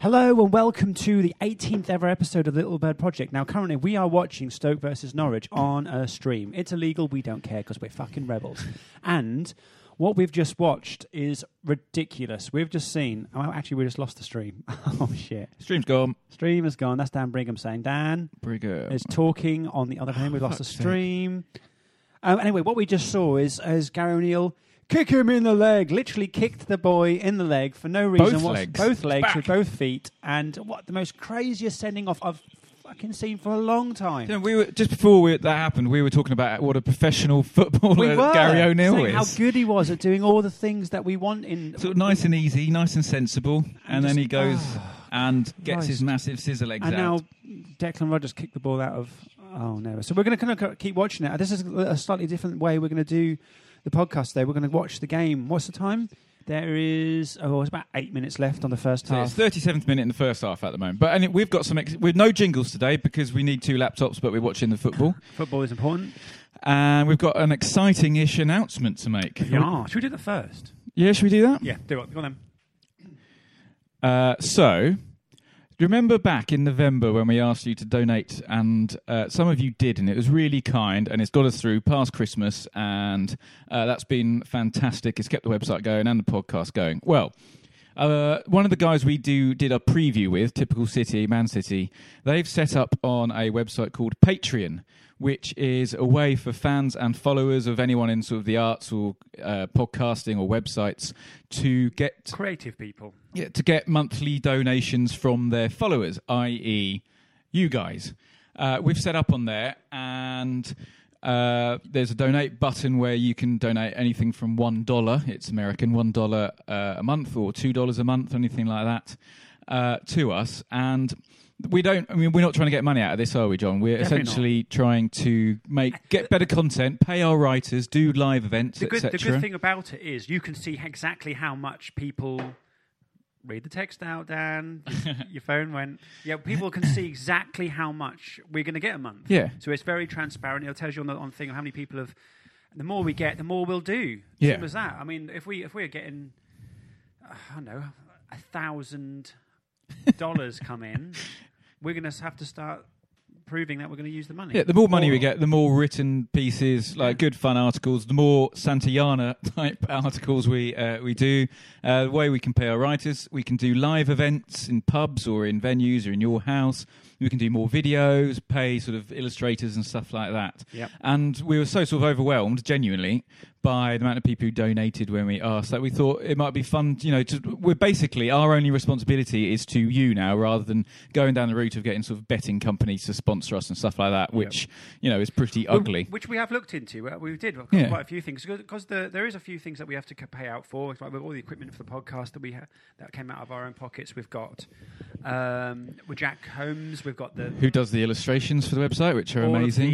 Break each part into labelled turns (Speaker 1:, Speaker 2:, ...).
Speaker 1: Hello and welcome to the 18th ever episode of the Little Bird Project. Now, currently, we are watching Stoke versus Norwich on a stream. It's illegal, we don't care because we're fucking rebels. And what we've just watched is ridiculous. We've just seen. Oh, actually, we just lost the stream. oh, shit.
Speaker 2: Stream's gone.
Speaker 1: Stream is gone. That's Dan Brigham saying, Dan
Speaker 2: Pretty good.
Speaker 1: is talking on the other hand. We've lost the stream. Um, anyway, what we just saw is, is Gary O'Neill kick him in the leg. Literally kicked the boy in the leg for no reason.
Speaker 2: Both
Speaker 1: what's-
Speaker 2: legs.
Speaker 1: Both legs
Speaker 2: Back.
Speaker 1: with both feet. And what the most craziest sending off I've fucking seen for a long time.
Speaker 2: You know, we were just before we, that happened. We were talking about what a professional footballer
Speaker 1: we were
Speaker 2: Gary O'Neill
Speaker 1: saying
Speaker 2: is.
Speaker 1: how good he was at doing all the things that we want in
Speaker 2: Sort of nice and easy, nice and sensible, and
Speaker 1: just-
Speaker 2: then he goes and gets
Speaker 1: Christ.
Speaker 2: his massive scissor legs
Speaker 1: And now
Speaker 2: out.
Speaker 1: Declan Rogers kicked the ball out of. Oh no! So we're going to kind of keep watching it. This is a slightly different way we're going to do the podcast. Today we're going to watch the game. What's the time? There is oh, it's about eight minutes left on the first
Speaker 2: So
Speaker 1: half.
Speaker 2: it's 37th minute in the first half at the moment. But and it- we've got some ex- we've no jingles today because we need two laptops, but we're watching the football.
Speaker 1: Football is important.
Speaker 2: And we've got an exciting-ish announcement to make.
Speaker 1: Yeah, should we do that first?
Speaker 2: Yeah, should we do that?
Speaker 1: Yeah, do it. Go on then.
Speaker 2: Uh, so, remember back in November when we asked you to donate, and uh, some of you did, and it was really kind, and it's got us through past Christmas, and uh, that's been fantastic. It's kept the website going and the podcast going. Well, uh, one of the guys we do did a preview with, typical City, Man City. They've set up on a website called Patreon, which is a way for fans and followers of anyone in sort of the arts or uh, podcasting or websites to get
Speaker 1: Creative people.
Speaker 2: yeah, to get monthly donations from their followers, i.e., you guys. Uh, we've set up on there, and uh, there's a donate button where you can donate anything from one dollar. It's American one dollar uh, a month or two dollars a month, anything like that, uh, to us. And we don't. I mean, we're not trying to get money out of this, are we, John? We're
Speaker 1: Definitely not.
Speaker 2: essentially trying to make get better content, pay our writers, do live events,
Speaker 3: the good, the
Speaker 2: etc.
Speaker 3: good thing about it is you can see exactly how much people read the text out dan your phone went yeah people can see exactly how much we're going to get a month
Speaker 2: Yeah.
Speaker 3: so it's very transparent it'll tell you on the on thing how many people have the more we get the more we'll do
Speaker 2: Yeah.
Speaker 3: simple as that i mean if we if we're getting uh, i don't know a thousand dollars come in we're going to have to start proving that we're going to use the money
Speaker 2: Yeah, the more money
Speaker 3: Or-
Speaker 2: we get, the more written pieces, like good fun articles, the more Santayana type articles we uh, we do. Uh, the way we can pay our writers, we can do live events in pubs or in venues or in your house. We can do more videos, pay sort of illustrators and stuff like that.
Speaker 3: Yep.
Speaker 2: And we were so sort of overwhelmed, genuinely, by the amount of people who donated when we asked that we thought it might be fun. You know, to, we're basically our only responsibility is to you now, rather than going down the route of getting sort of betting companies to sponsor us and stuff like that, which you know is pretty ugly.
Speaker 3: Which we have looked into. Uh, We did
Speaker 2: Yeah.
Speaker 3: quite a few things because the, there is a few things that we have to c- pay out for. It's Like with all the equipment for the podcast that we ha- that came out of our own pockets, we've got um, with Jack Holmes. We've got the
Speaker 2: Who does the illustrations for the website, which are
Speaker 3: all of
Speaker 2: amazing?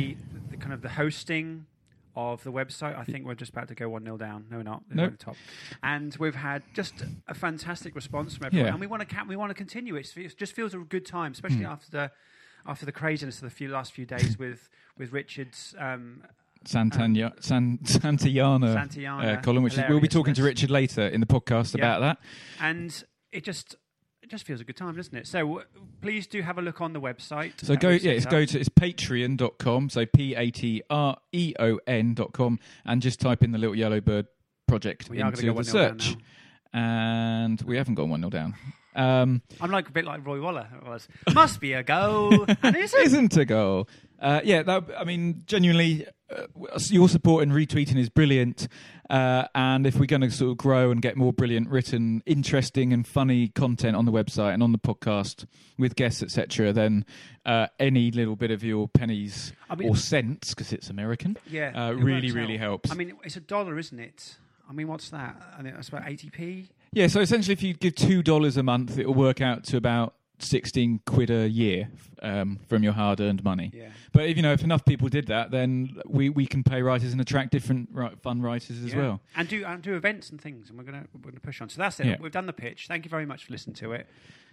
Speaker 3: the, the kind of the hosting of the website. I think we're just about to go one 0 down. No, we're not. We're
Speaker 2: No.
Speaker 3: at the top. And we've had just a fantastic response from everyone,
Speaker 2: Yeah.
Speaker 3: and we want to ca- we want to continue. It's, it just feels a good time, especially
Speaker 2: Hmm.
Speaker 3: after the after the craziness of the few last few days with with Richard's um,
Speaker 2: Santana, San, Santayana,
Speaker 3: Santayana,
Speaker 2: uh, column, which is, we'll be talking to
Speaker 3: hilariousness.
Speaker 2: Richard later in the podcast
Speaker 3: Yeah.
Speaker 2: about that.
Speaker 3: and it just it just feels a good time, doesn't it? So w- please do have a look on the website.
Speaker 2: So
Speaker 3: that
Speaker 2: go,
Speaker 3: we've
Speaker 2: yeah,
Speaker 3: set
Speaker 2: it's
Speaker 3: up.
Speaker 2: go to it's patreon.com, so P A T R E O N dot com, and just type in the little yellow bird project
Speaker 3: We are gonna
Speaker 2: into
Speaker 3: go
Speaker 2: the
Speaker 3: one nil down
Speaker 2: search. and we haven't gone 1 0 down. Um,
Speaker 3: I'm like a bit like Roy Waller. It was must be a goal, and it isn't.
Speaker 2: isn't a goal. Uh, yeah, that, I mean, genuinely, uh, your support and retweeting is brilliant. Uh, and if we're going to sort of grow and get more brilliant written, interesting and funny content on the website and on the podcast with guests, etc., then uh, any little bit of your pennies
Speaker 3: I mean-
Speaker 2: or cents, because it's American,
Speaker 3: Yeah,
Speaker 2: uh,
Speaker 3: it
Speaker 2: really,
Speaker 3: works
Speaker 2: really
Speaker 3: out.
Speaker 2: helps.
Speaker 3: I mean, it's a dollar, isn't it? I mean, what's that? I mean, that's about 80p.
Speaker 2: yeah, so essentially, if you give two dollars a month, it'll work out to about. 16 quid a year um, from your hard earned money.
Speaker 3: Yeah.
Speaker 2: But if you know, if enough people did that, then we, we can pay writers and attract different ri- fun writers as
Speaker 3: Yeah.
Speaker 2: well.
Speaker 3: and do and do events and things, and we're gonna we're gonna push on. So that's it.
Speaker 2: Yeah.
Speaker 3: We've done the pitch. Thank you very much for listening to it.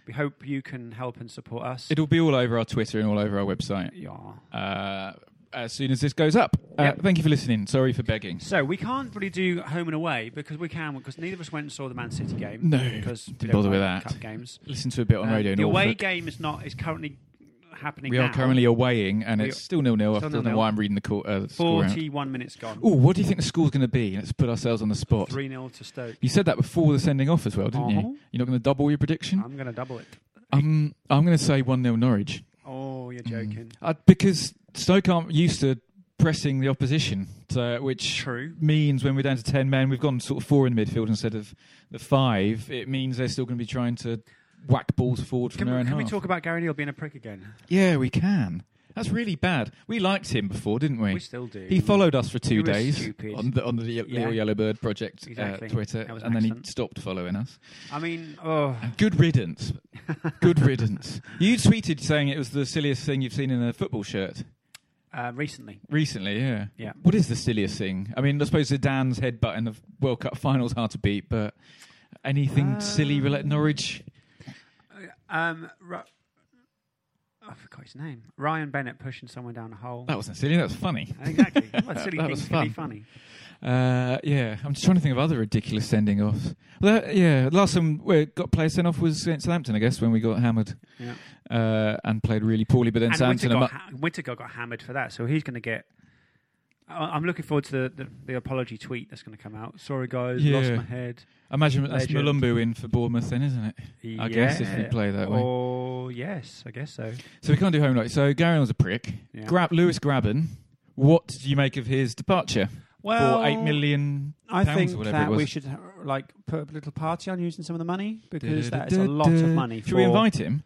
Speaker 3: We hope you can help and support us.
Speaker 2: It'll be all over our Twitter and all over our website
Speaker 3: yeah.
Speaker 2: uh, as soon as this goes up. Uh,
Speaker 3: Yep.
Speaker 2: Thank you for listening. Sorry for begging.
Speaker 3: So we can't really do home and away because we can because neither of us went and saw the Man City game.
Speaker 2: No,
Speaker 3: because we
Speaker 2: didn't
Speaker 3: don't
Speaker 2: bother with
Speaker 3: like
Speaker 2: that.
Speaker 3: Cup games.
Speaker 2: Listen to a bit on
Speaker 3: Uh,
Speaker 2: radio.
Speaker 3: the away
Speaker 2: Norfolk.
Speaker 3: game is not is currently happening.
Speaker 2: We are
Speaker 3: now.
Speaker 2: currently awaying, and
Speaker 3: We-
Speaker 2: it's still nil nil. I
Speaker 3: Still
Speaker 2: don't know
Speaker 3: 0-0.
Speaker 2: why I'm reading the, cor- uh, the score. out.
Speaker 3: forty-one minutes gone.
Speaker 2: Ooh, what do you think the score's going to be? Let's put ourselves on the spot.
Speaker 3: Three 0 to Stoke.
Speaker 2: You said that before the sending off as well, didn't
Speaker 3: Uh-huh.
Speaker 2: you? You're not going to double your prediction.
Speaker 3: I'm going to double it.
Speaker 2: Um, I'm going to say one 0 Norwich
Speaker 3: Oh, you're joking.
Speaker 2: uh, because Stoke aren't used to pressing the opposition, so, which
Speaker 3: True.
Speaker 2: means when we're down to 10 men, we've gone sort of four in midfield instead of the five. It means they're still going to be trying to whack balls forward from
Speaker 3: Can,
Speaker 2: their
Speaker 3: we,
Speaker 2: own
Speaker 3: can we
Speaker 2: half.
Speaker 3: talk about Gary Neal being a prick again?
Speaker 2: Yeah, we can. That's really bad. We liked him before, didn't we?
Speaker 3: We still do.
Speaker 2: He followed us for
Speaker 3: He
Speaker 2: two
Speaker 3: was
Speaker 2: days
Speaker 3: stupid.
Speaker 2: on the on the Ye-
Speaker 3: Yeah.
Speaker 2: Little Yellow Bird Project
Speaker 3: Exactly.
Speaker 2: uh, Twitter,
Speaker 3: That was an
Speaker 2: and then he
Speaker 3: accident.
Speaker 2: stopped following us.
Speaker 3: I mean, oh,
Speaker 2: Good riddance. Good riddance. You tweeted saying it was the silliest thing you've seen in a football shirt.
Speaker 3: uh, recently.
Speaker 2: Recently, yeah.
Speaker 3: Yeah.
Speaker 2: What is the silliest thing? I mean, I suppose Zidane's headbutt in the World Cup finals hard to beat, but anything
Speaker 3: Uh,
Speaker 2: silly related Norwich?
Speaker 3: Um, Ru- I forgot his name. Ryan Bennett pushing someone down a hole.
Speaker 2: That wasn't silly. That was funny.
Speaker 3: Exactly. What silly
Speaker 2: That
Speaker 3: things
Speaker 2: was
Speaker 3: can be
Speaker 2: fun.
Speaker 3: funny.
Speaker 2: Uh, yeah, I'm just trying to think of other ridiculous sending offs. That, yeah, last time we got players sent off was against Southampton, I guess, when we got hammered
Speaker 3: Yeah.
Speaker 2: uh, and played really poorly. But then
Speaker 3: And Winter
Speaker 2: Southampton,
Speaker 3: got, ha- Whittaker got hammered for that, so he's going to get. I- I'm looking forward to the, the, the apology tweet that's going to come out. Sorry, guys, lost
Speaker 2: Yeah.
Speaker 3: my head.
Speaker 2: imagine that's
Speaker 3: Legend.
Speaker 2: Malumbu in for Bournemouth, then, isn't it? I guess if we
Speaker 3: Yeah.
Speaker 2: play that way.
Speaker 3: Oh, yes, I guess so.
Speaker 2: So we can't do home like so. Gary was a prick.
Speaker 3: Yeah.
Speaker 2: Grab Lewis Graben. What do you make of his departure?
Speaker 1: Well,
Speaker 2: for eight million
Speaker 1: I
Speaker 2: pounds
Speaker 1: think
Speaker 2: or whatever
Speaker 1: that
Speaker 2: it was.
Speaker 1: we should uh, like put a little party on using some of the money because that is a lot of money.
Speaker 2: Should we
Speaker 1: for-
Speaker 2: invite him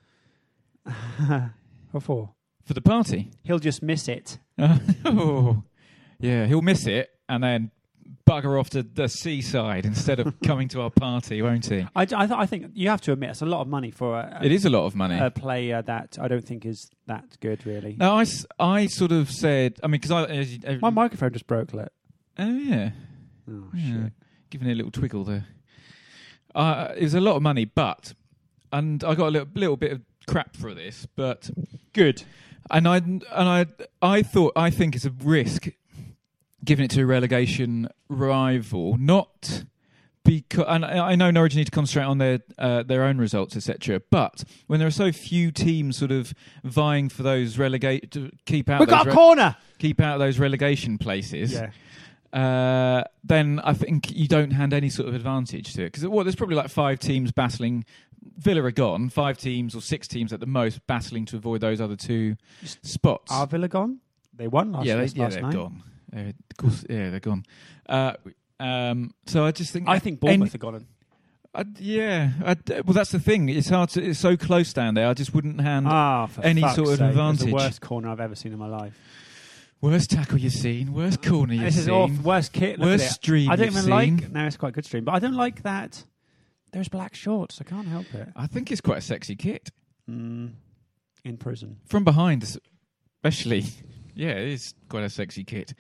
Speaker 1: What for?
Speaker 2: for the party?
Speaker 1: He'll just miss it.
Speaker 2: oh, yeah, he'll miss it and then bugger off to the seaside instead of coming to our party, won't he?
Speaker 1: I, d- I th- I think you have to admit it's a lot of money for a, a,
Speaker 2: It is a lot of money.
Speaker 1: a player that I don't think is that good really.
Speaker 2: now I, s- I sort of said, I mean, because I, as you-
Speaker 1: My microphone just broke. Let
Speaker 2: oh yeah,
Speaker 1: oh
Speaker 2: Yeah.
Speaker 1: shit.
Speaker 2: Giving it a little twiggle there. Uh, it was a lot of money, but and I got a little, little bit of crap for this, but good. And I and I I thought I think it's a risk giving it to a relegation rival, not because and I I know Norwich need to concentrate on their uh, their own results, etc. But when there are so few teams sort of vying for those relegate to keep out
Speaker 1: We've
Speaker 2: those
Speaker 1: got a
Speaker 2: re-
Speaker 1: corner.
Speaker 2: keep out those relegation places uh, then I think you don't hand any sort of advantage to it because well, there's probably like five teams battling. Villa are gone, five teams or six teams at the most battling to avoid those other two spots.
Speaker 1: Are Villa gone? They won last,
Speaker 2: yeah, they,
Speaker 1: this
Speaker 2: yeah,
Speaker 1: last
Speaker 2: they're
Speaker 1: night.
Speaker 2: gone. They're, of course, yeah, they're gone. Uh, um, so I just think
Speaker 1: I think
Speaker 2: any-
Speaker 1: Bournemouth are gone.
Speaker 2: I, yeah, I, well, that's the thing. It's hard to. It's so close down there. I just wouldn't hand
Speaker 1: Ah, for
Speaker 2: any
Speaker 1: fuck's
Speaker 2: sort of
Speaker 1: sake, it was
Speaker 2: advantage.
Speaker 1: The worst corner I've ever seen in my life.
Speaker 2: worst tackle you've seen, worst corner you've
Speaker 1: This is
Speaker 2: seen.
Speaker 1: off worst kit. Look
Speaker 2: Worst
Speaker 1: at it.
Speaker 2: stream
Speaker 1: I don't
Speaker 2: you've
Speaker 1: even
Speaker 2: seen.
Speaker 1: like. No, it's quite a good stream, but I don't like that. There's black shorts. I can't help it.
Speaker 2: I think it's quite a sexy kit.
Speaker 1: Mm. In prison.
Speaker 2: from behind, especially. Yeah, it is quite a sexy kit.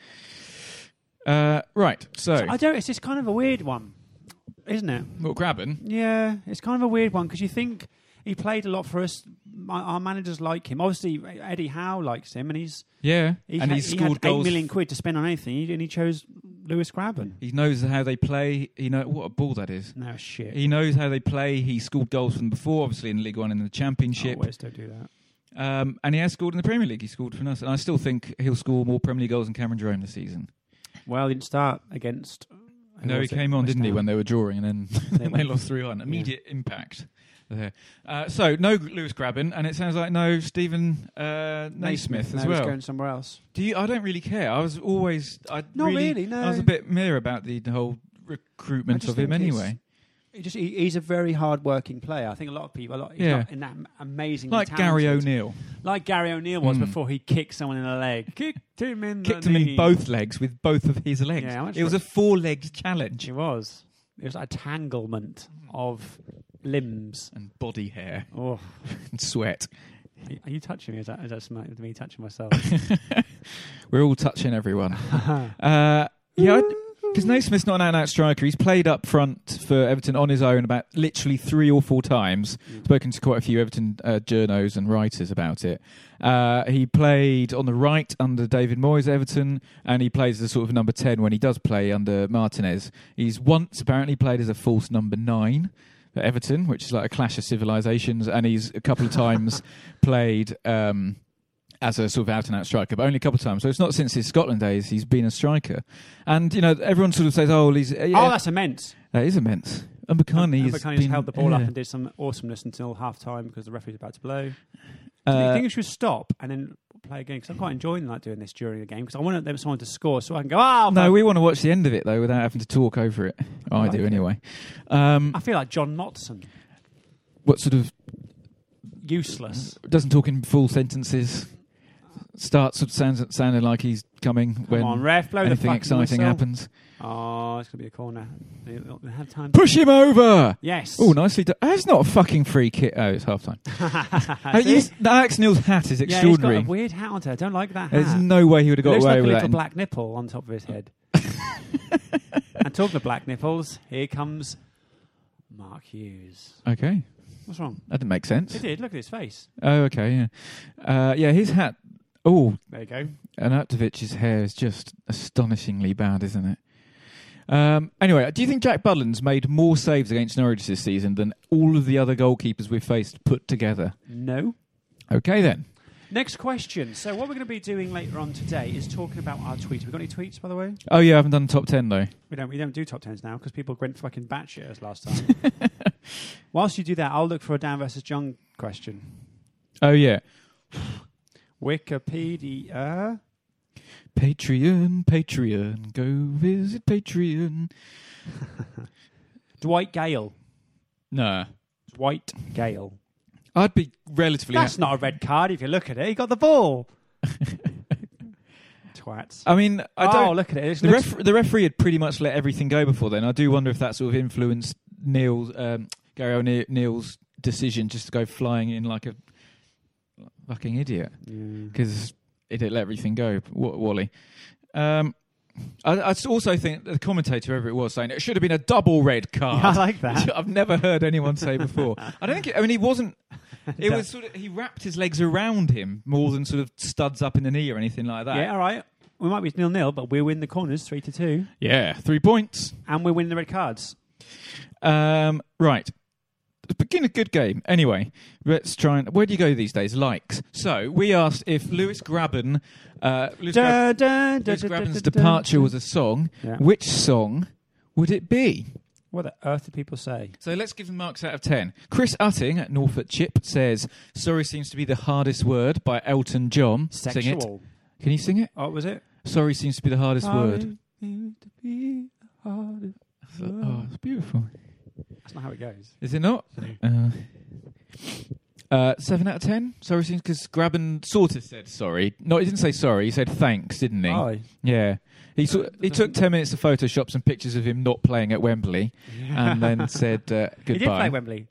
Speaker 2: Uh, right, so,
Speaker 1: I don't. It's just kind of a weird one, isn't it?
Speaker 2: well, Graben.
Speaker 1: Yeah, it's kind of a weird one because you think he played a lot for us. My, our managers like him. Obviously, Eddie Howe likes him, and he's
Speaker 2: Yeah,
Speaker 1: he
Speaker 2: and
Speaker 1: had,
Speaker 2: he's
Speaker 1: he
Speaker 2: scored
Speaker 1: had
Speaker 2: goals.
Speaker 1: eight million quid to spend on anything, and he chose Lewis Graben.
Speaker 2: He knows how they play. You know what a ball that is.
Speaker 1: No shit.
Speaker 2: He knows how they play. He scored goals from before, obviously in League One and in the Championship.
Speaker 1: Always don't do that.
Speaker 2: um, and he has scored in the Premier League. He scored for us, and I still think he'll score more Premier League goals than Cameron Jerome this season.
Speaker 1: Well, he didn't start against Who
Speaker 2: No, he
Speaker 1: was it?
Speaker 2: came on,
Speaker 1: West
Speaker 2: didn't he,
Speaker 1: Ham.
Speaker 2: when they were drawing, and then they,
Speaker 1: went-
Speaker 2: lost three one. Immediate impact there. Uh, so no Lewis Graben, and it sounds like no Stephen uh, Naismith as
Speaker 1: No,
Speaker 2: well.
Speaker 1: He's going somewhere else.
Speaker 2: Do you? I don't really care. I was always. I
Speaker 1: Not really,
Speaker 2: I was
Speaker 1: no.
Speaker 2: a bit mere about the whole
Speaker 1: I
Speaker 2: recruitment
Speaker 1: just
Speaker 2: of him
Speaker 1: think
Speaker 2: anyway.
Speaker 1: He just he, he's a very hard-working player. I think a lot of people. A lot, he's
Speaker 2: Yeah.
Speaker 1: not in that amazing.
Speaker 2: Like Gary O'Neill,
Speaker 1: like Gary O'Neill was
Speaker 2: Mm.
Speaker 1: before he kicked someone in the leg. Kicked him in.
Speaker 2: kicked
Speaker 1: the
Speaker 2: him in
Speaker 1: knee.
Speaker 2: both legs with both of his legs.
Speaker 1: Yeah, how much
Speaker 2: it was a
Speaker 1: was-
Speaker 2: four-legged challenge
Speaker 1: She was. It was a tanglement of limbs.
Speaker 2: and body hair
Speaker 1: Oh,
Speaker 2: and sweat.
Speaker 1: are are you touching me? Is that, is that smi- me touching myself?
Speaker 2: We're all touching everyone. uh, yeah, because Naismith's not an out-and-out striker. He's played up front for Everton on his own about literally three or four times. Spoken to quite a few Everton uh, journos and writers about it. Uh, he played on the right under David Moyes, at Everton, and he plays as a sort of number ten when he does play under Martinez. He's once apparently played as a false number nine. At Everton, which is like a clash of civilizations, and he's a couple of times played um, as a sort of out and out striker, but only a couple of times. So it's not since his Scotland days he's been a striker. And you know, everyone sort of says, "Oh, well, he's yeah,
Speaker 1: Oh, that's immense.
Speaker 2: that is immense." Umbakani
Speaker 1: Amber
Speaker 2: has
Speaker 1: Carney's
Speaker 2: been-
Speaker 1: held the ball up
Speaker 2: yeah.
Speaker 1: and did some awesomeness until half time because the referee's about to blow. Do you
Speaker 2: Uh,
Speaker 1: think we should stop and then play again? Because I'm quite enjoying like doing this during a game because I want them someone to score so I can go. Oh,
Speaker 2: no, we want to watch the end of it though, without having to talk over it. I,
Speaker 1: like
Speaker 2: do
Speaker 1: it.
Speaker 2: anyway. Um,
Speaker 1: I feel like John Motson,
Speaker 2: what sort of
Speaker 1: useless.
Speaker 2: doesn't talk in full sentences? Starts sort of sounds sounding like he's coming
Speaker 1: Come
Speaker 2: when
Speaker 1: on, ref, blow the
Speaker 2: anything
Speaker 1: fucking
Speaker 2: exciting
Speaker 1: whistle.
Speaker 2: happens.
Speaker 1: Oh, it's gonna be a corner. They don't have time.
Speaker 2: Push him over.
Speaker 1: Yes.
Speaker 2: Oh, nicely done. That's not a fucking free kick. Oh, it's half time. Uh,
Speaker 1: See?
Speaker 2: you- Alex Neil's hat is
Speaker 1: Yeah, he's got
Speaker 2: extraordinary.
Speaker 1: a weird hat on. I don't like that hat.
Speaker 2: There's no way he would have got
Speaker 1: looks
Speaker 2: away
Speaker 1: like a
Speaker 2: with
Speaker 3: with
Speaker 2: that.
Speaker 1: little
Speaker 2: in-
Speaker 1: black nipple on top of his head. and talking of black nipples, here comes Mark Hughes.
Speaker 2: Okay,
Speaker 1: What's wrong?
Speaker 2: that didn't make sense.
Speaker 1: It did. Look at his face.
Speaker 2: Oh, okay, yeah, uh, yeah. His hat. Oh,
Speaker 1: There you go.
Speaker 2: Anatovich's hair is just astonishingly bad, isn't it? Um, anyway, do you think Jack Budland's made more saves against Norwich this season than all of the other goalkeepers we've faced put together?
Speaker 1: No.
Speaker 2: Okay, then.
Speaker 1: Next question. So, what we're going to be doing later on today is talking about our tweets. We got any tweets, by the way?
Speaker 2: Oh yeah, I haven't done top ten though.
Speaker 1: We don't. We don't do top tens now because people went fucking batshit us last time. Whilst you do that, I'll look for a Dan versus John question.
Speaker 2: Oh yeah,
Speaker 1: Wikipedia.
Speaker 2: Patreon, Patreon, go visit Patreon.
Speaker 1: Dwight Gale.
Speaker 2: No,
Speaker 1: Dwight Gale.
Speaker 2: I'd be relatively.
Speaker 1: That's not a red card if you look at it. He got the ball. Twats.
Speaker 2: I mean, I don't.
Speaker 1: oh, look at it. It's
Speaker 2: The,
Speaker 1: looks-
Speaker 2: ref- the referee had pretty much let everything go before then. I do wonder if that sort of influenced Neil's um, Gary O'Neill's decision just to go flying in like a fucking idiot because it let everything go. W- Wally. Um, I, I s- also think the commentator, whoever it was, saying it should have been a double red
Speaker 1: Yeah, I
Speaker 2: card.
Speaker 1: like that.
Speaker 2: I've never heard anyone say before. I don't think. It, I mean, he wasn't. It was sort of he wrapped his legs around him more than sort of studs up in the knee or anything like that.
Speaker 1: Yeah, all right. We might be nil nil, but we'll win the corners three to two,
Speaker 2: yeah three points.
Speaker 1: and we're winning the red cards.
Speaker 2: Um, right. It's Been a good game. Anyway, let's try and. Where do you go these days? Likes. So we asked if Lewis Graben, uh, Lewis, Grab-
Speaker 1: Da, da, da,
Speaker 2: Lewis
Speaker 1: da, da,
Speaker 2: Graben's
Speaker 1: da, da.
Speaker 2: departure was a song.
Speaker 1: Yeah.
Speaker 2: Which song would it be?
Speaker 1: What the earth did people say?
Speaker 2: So let's give them marks out of ten. Chris Utting at Norfolk Chip says, "Sorry seems to be the hardest word" by Elton John. Sing it.
Speaker 1: Sexual.
Speaker 2: Can you sing it?
Speaker 1: Oh, was it?
Speaker 2: Sorry seems to be the hardest word.
Speaker 1: That's
Speaker 2: Oh, it's beautiful.
Speaker 1: not how it goes.
Speaker 2: Is it not? Uh, uh, seven out of ten. Sorry, seems because Graben sort of said sorry. No, he didn't say sorry. He said thanks, didn't he?
Speaker 1: Oh,
Speaker 2: Yeah. He sort he took ten minutes to Photoshop some pictures of him not playing at Wembley, and then said uh,
Speaker 1: he did play
Speaker 2: goodbye.
Speaker 1: Wembley.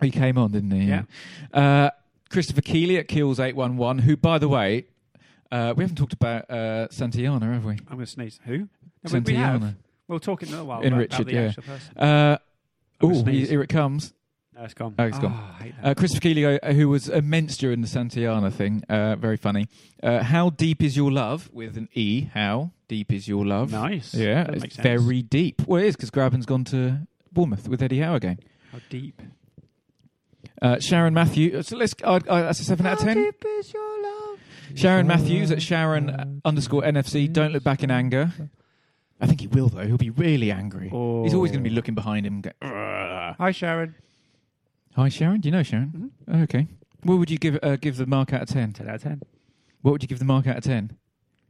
Speaker 2: He came on, didn't he?
Speaker 1: Yeah.
Speaker 2: Uh, Christopher Keeley at Kills Eight One One, who, by the way, uh, we haven't talked about uh, Santayana, have we?
Speaker 1: I'm going to sneeze. Who? No, we, we have.
Speaker 2: Santayana.
Speaker 3: We'll talk in a little while
Speaker 2: In
Speaker 3: about,
Speaker 2: Richard,
Speaker 3: about the
Speaker 2: yeah.
Speaker 3: actual person.
Speaker 2: Uh,
Speaker 1: I'm gonna
Speaker 2: oh,
Speaker 1: sneeze.
Speaker 2: here it comes.
Speaker 1: No, it's gone.
Speaker 2: Oh, it's gone.
Speaker 1: Ah, I hate that.
Speaker 2: Uh, Christopher Keeley, uh, who was immense during the Santayana thing, uh, very funny. Uh, how deep is your love? With an E, how deep is your love?
Speaker 3: Nice.
Speaker 2: Yeah,
Speaker 3: That
Speaker 2: it's
Speaker 3: makes sense.
Speaker 2: very deep. Well, it is because Graben's gone to Bournemouth with Eddie Howe again.
Speaker 1: How deep?
Speaker 2: Uh, Sharon Matthew, so let's. Uh, uh, that's a seven out of ten. uh,
Speaker 1: Mm.
Speaker 2: Sharon Matthews at Sharon underscore NFC. Don't look back in anger. I think he will though. He'll be really angry. He's always going to be
Speaker 4: Oh.
Speaker 2: looking behind him. And go, "Ugh."
Speaker 1: Hi, Sharon.
Speaker 2: Hi, Sharon. Do you know Sharon?
Speaker 1: Mm-hmm.
Speaker 2: Oh, Okay. What would you give uh, give the mark out of ten?
Speaker 1: 10 out of 10.
Speaker 2: What would you give the mark out of ten?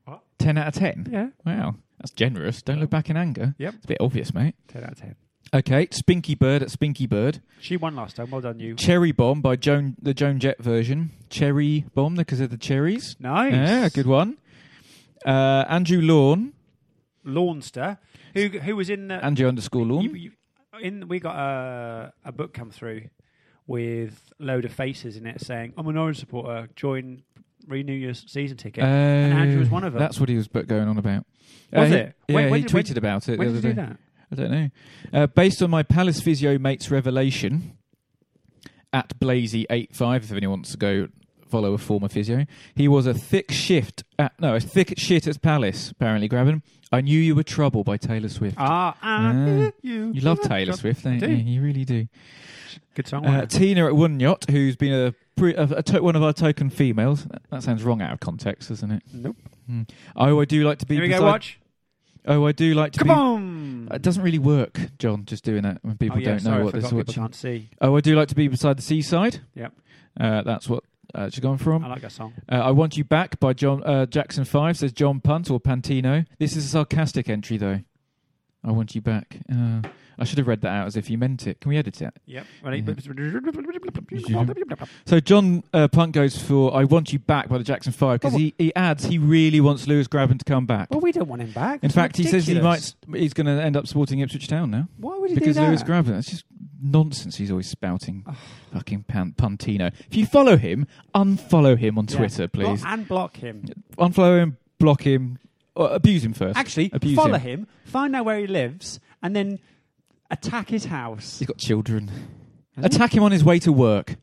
Speaker 1: What?
Speaker 2: Ten out of ten.
Speaker 1: Yeah.
Speaker 2: Wow, that's generous. Don't look back in anger.
Speaker 1: Yep.
Speaker 2: It's a bit obvious, mate.
Speaker 1: 10 out of 10.
Speaker 2: Okay, Spinky Bird at Spinky Bird.
Speaker 1: She won last time. Well done, you.
Speaker 2: Cherry Bomb by Joan, the Joan Jett version. Cherry Bomb because of the cherries.
Speaker 1: Nice.
Speaker 2: Yeah, good one. Uh, Andrew Lawn,
Speaker 1: Launster, who who was in the,
Speaker 2: Andrew underscore Lawn.
Speaker 1: you, you, in we got a a book come through with load of faces in it saying I'm an Orange supporter. Join, renew your season ticket. and Andrew was one of them.
Speaker 2: Oh, Um, That's what he was bu- going on about. Uh,
Speaker 1: Was
Speaker 2: he-
Speaker 1: it?
Speaker 2: Yeah,
Speaker 1: When- when
Speaker 2: he
Speaker 1: did- when-
Speaker 2: tweeted about it.
Speaker 1: when
Speaker 2: the
Speaker 1: did
Speaker 2: other
Speaker 1: you do
Speaker 2: day.
Speaker 1: that?
Speaker 2: I don't know. Uh, based on my Palace physio mate's revelation at Blazy85, if anyone wants to go follow a former physio, he was a thick shift at, no, a thick shit at Palace, apparently, Graben. I knew you were trouble by Taylor Swift.
Speaker 1: Ah, I
Speaker 2: Ah.
Speaker 1: hear you.
Speaker 2: you love Taylor Swift, don't
Speaker 1: do.
Speaker 2: you? You really do.
Speaker 1: Good song.
Speaker 2: Uh,
Speaker 1: wasn't it?
Speaker 2: Tina at Wunyot, who's been a, pre- a, a to- one of our token females. That, that sounds wrong out of context, doesn't it?
Speaker 1: Nope.
Speaker 2: Hmm. Oh, I do like to be.
Speaker 1: Here we go.
Speaker 2: beside-
Speaker 1: Watch.
Speaker 2: Oh, I do like to
Speaker 1: Come
Speaker 2: be.
Speaker 1: on.
Speaker 2: It doesn't really work, John. Just doing that when people
Speaker 1: oh, yeah,
Speaker 2: don't
Speaker 1: sorry,
Speaker 2: know
Speaker 1: I
Speaker 2: what this
Speaker 1: forgot people
Speaker 2: watching.
Speaker 1: can't see.
Speaker 2: Oh, I do like to be beside the seaside.
Speaker 1: Yep. Um,
Speaker 2: Uh, that's what uh, she's gone from.
Speaker 1: I like that song.
Speaker 2: Uh, I want you back by John uh, Jackson Five says John Punt or Pantino. This is a sarcastic entry though. I want you back. Uh, I should have read that out as if you meant it. Can we edit it?
Speaker 1: Yep.
Speaker 2: So John uh, Punt goes for "I Want You Back" by the Jackson Five because he, he adds he really wants Lewis Graben to come back.
Speaker 1: Well, we don't want him back.
Speaker 2: In
Speaker 1: It's
Speaker 2: fact, he says he
Speaker 1: ridiculous.
Speaker 2: might he's going to end up supporting Ipswich Town now
Speaker 1: Why would he
Speaker 2: because
Speaker 1: do that?
Speaker 2: Lewis Graben. That's just nonsense. He's always spouting fucking pan- Puntino. If you follow him, unfollow him on
Speaker 1: Yeah.
Speaker 2: Twitter,
Speaker 1: Blo-
Speaker 2: please.
Speaker 1: and block him.
Speaker 2: unfollow him, block him, or abuse him first.
Speaker 1: Actually,
Speaker 2: abuse
Speaker 1: follow him. find out where he lives, and then attack his house.
Speaker 2: He's got children.
Speaker 1: Has he?
Speaker 2: Attack him on his way to work.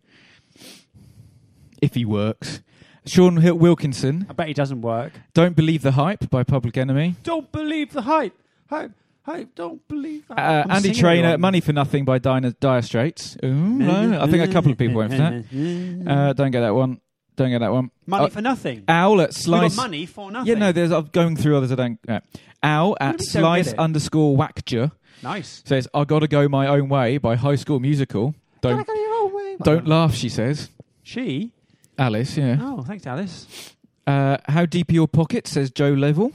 Speaker 2: If he works. Sean Hill- Wilkinson,
Speaker 1: I bet he doesn't work.
Speaker 2: Don't Believe the Hype by Public Enemy.
Speaker 1: Don't believe the hype. Hype. Hype. Don't believe that.
Speaker 2: Uh, Andy Trainer, Money for Nothing by Dina, Dire Straits. Ooh, no, I think a couple of people went for that.
Speaker 1: that.
Speaker 2: Uh, don't get that one. Don't get that one.
Speaker 1: money
Speaker 2: uh,
Speaker 1: for nothing.
Speaker 2: Owl at
Speaker 1: We got
Speaker 2: Slice.
Speaker 1: money for nothing.
Speaker 2: Yeah, no, there's, I'm going through others I don't. Uh, Owl
Speaker 1: Really
Speaker 2: at
Speaker 1: don't get
Speaker 2: Slice
Speaker 1: it.
Speaker 2: underscore Whackja
Speaker 1: nice.
Speaker 2: says, I gotta go my own way by High School Musical. Don't
Speaker 1: Gotta go your own way.
Speaker 2: Don't laugh, she says.
Speaker 1: She.
Speaker 2: Alice, yeah.
Speaker 1: Oh, thanks, Alice.
Speaker 2: Uh, how deep are your pockets? Says Joe Level.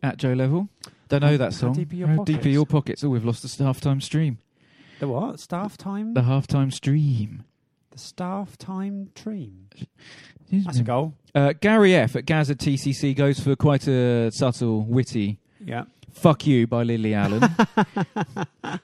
Speaker 2: At Joe Level. Don't know that
Speaker 1: How
Speaker 2: song.
Speaker 1: deep are your
Speaker 2: how deep
Speaker 1: pockets?
Speaker 2: are your pockets? Oh, we've lost the s- halftime stream.
Speaker 1: The what? Staff time.
Speaker 2: The
Speaker 1: The,
Speaker 2: halftime stream.
Speaker 1: staff time dream.
Speaker 2: Excuse
Speaker 1: That's a
Speaker 2: me.
Speaker 1: goal.
Speaker 2: Uh, Gary F at Gaza TCC goes for quite a subtle, witty
Speaker 1: Yeah.
Speaker 2: "fuck you" by Lily Allen.
Speaker 1: I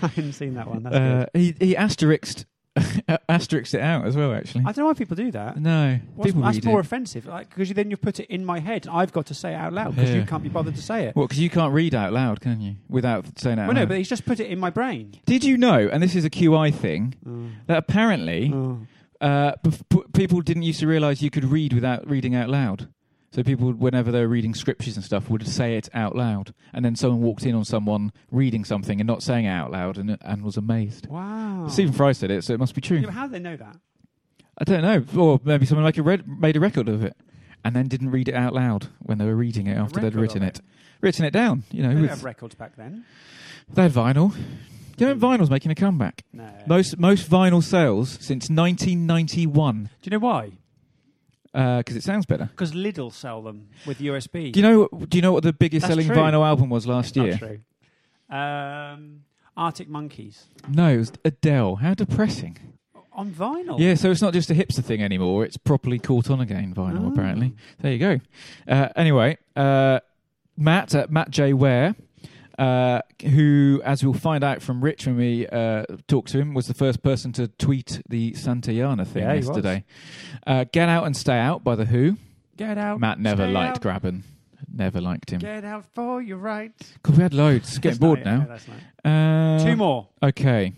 Speaker 1: hadn't seen that one. That's
Speaker 2: uh,
Speaker 1: good.
Speaker 2: he he asterisked asterisked it out as well. Actually,
Speaker 1: I don't know why people do that.
Speaker 2: no,
Speaker 1: What's,
Speaker 2: people
Speaker 1: that's
Speaker 2: read
Speaker 1: more
Speaker 2: it.
Speaker 1: offensive, because you then you put it in my head, and I've got to say it out loud because
Speaker 2: Yeah.
Speaker 1: you can't be bothered to say it.
Speaker 2: Well, because you can't read out loud, can you? Without saying out
Speaker 1: Well, no,
Speaker 2: loud.
Speaker 1: but he's just put it in my brain.
Speaker 2: Did you know? And this is a QI thing that apparently.
Speaker 1: Oh,
Speaker 2: uh, p- p- people didn't used to realize you could read without reading out loud. So people, whenever they were reading scriptures and stuff, would say it out loud, and then someone walked in on someone reading something and not saying it out loud, and and was amazed.
Speaker 1: Wow.
Speaker 2: Stephen Fry said it, so it must be true.
Speaker 1: Yeah, but how do they know that?
Speaker 2: I don't know, or maybe someone like a red, made a record of it, and then didn't read it out loud when they were reading it after they'd
Speaker 1: record
Speaker 2: written
Speaker 1: of
Speaker 2: it. Oh,
Speaker 1: it?
Speaker 2: written it down. You know,
Speaker 1: They didn't
Speaker 2: with,
Speaker 1: have records back then.
Speaker 2: they had vinyl. Do you know vinyl's making a comeback?
Speaker 1: No.
Speaker 2: Most most vinyl sales since 1991
Speaker 1: do you know why?
Speaker 2: because uh, it sounds better.
Speaker 1: Because Lidl sell them with USB.
Speaker 2: Do you know? Do you know what the biggest
Speaker 1: That's
Speaker 2: selling
Speaker 1: true.
Speaker 2: vinyl album was last
Speaker 1: Not
Speaker 2: year?
Speaker 1: true. Um, Arctic Monkeys
Speaker 2: No, it was Adele. How depressing.
Speaker 1: on vinyl.
Speaker 2: Yeah, so it's not just a hipster thing anymore. It's properly caught on again. Vinyl,
Speaker 1: Oh.
Speaker 2: apparently. There you go. Uh, anyway, uh, Matt at Matt J Ware. Uh, who, as we'll find out from Rich when we uh, talk to him, was the first person to tweet the Santayana thing
Speaker 1: Yeah, he was.
Speaker 2: yesterday. Uh, Get Out and Stay Out by The Who.
Speaker 1: Get out.
Speaker 2: Matt never
Speaker 1: Oh, stay
Speaker 2: liked
Speaker 1: out,
Speaker 2: Graben. Never liked him.
Speaker 1: Get out for your rights.
Speaker 2: God, we had loads. Getting
Speaker 1: That's not
Speaker 2: bored
Speaker 1: it. No,
Speaker 2: now.
Speaker 1: that's not it.
Speaker 2: Uh,
Speaker 1: Two more.
Speaker 2: Okay.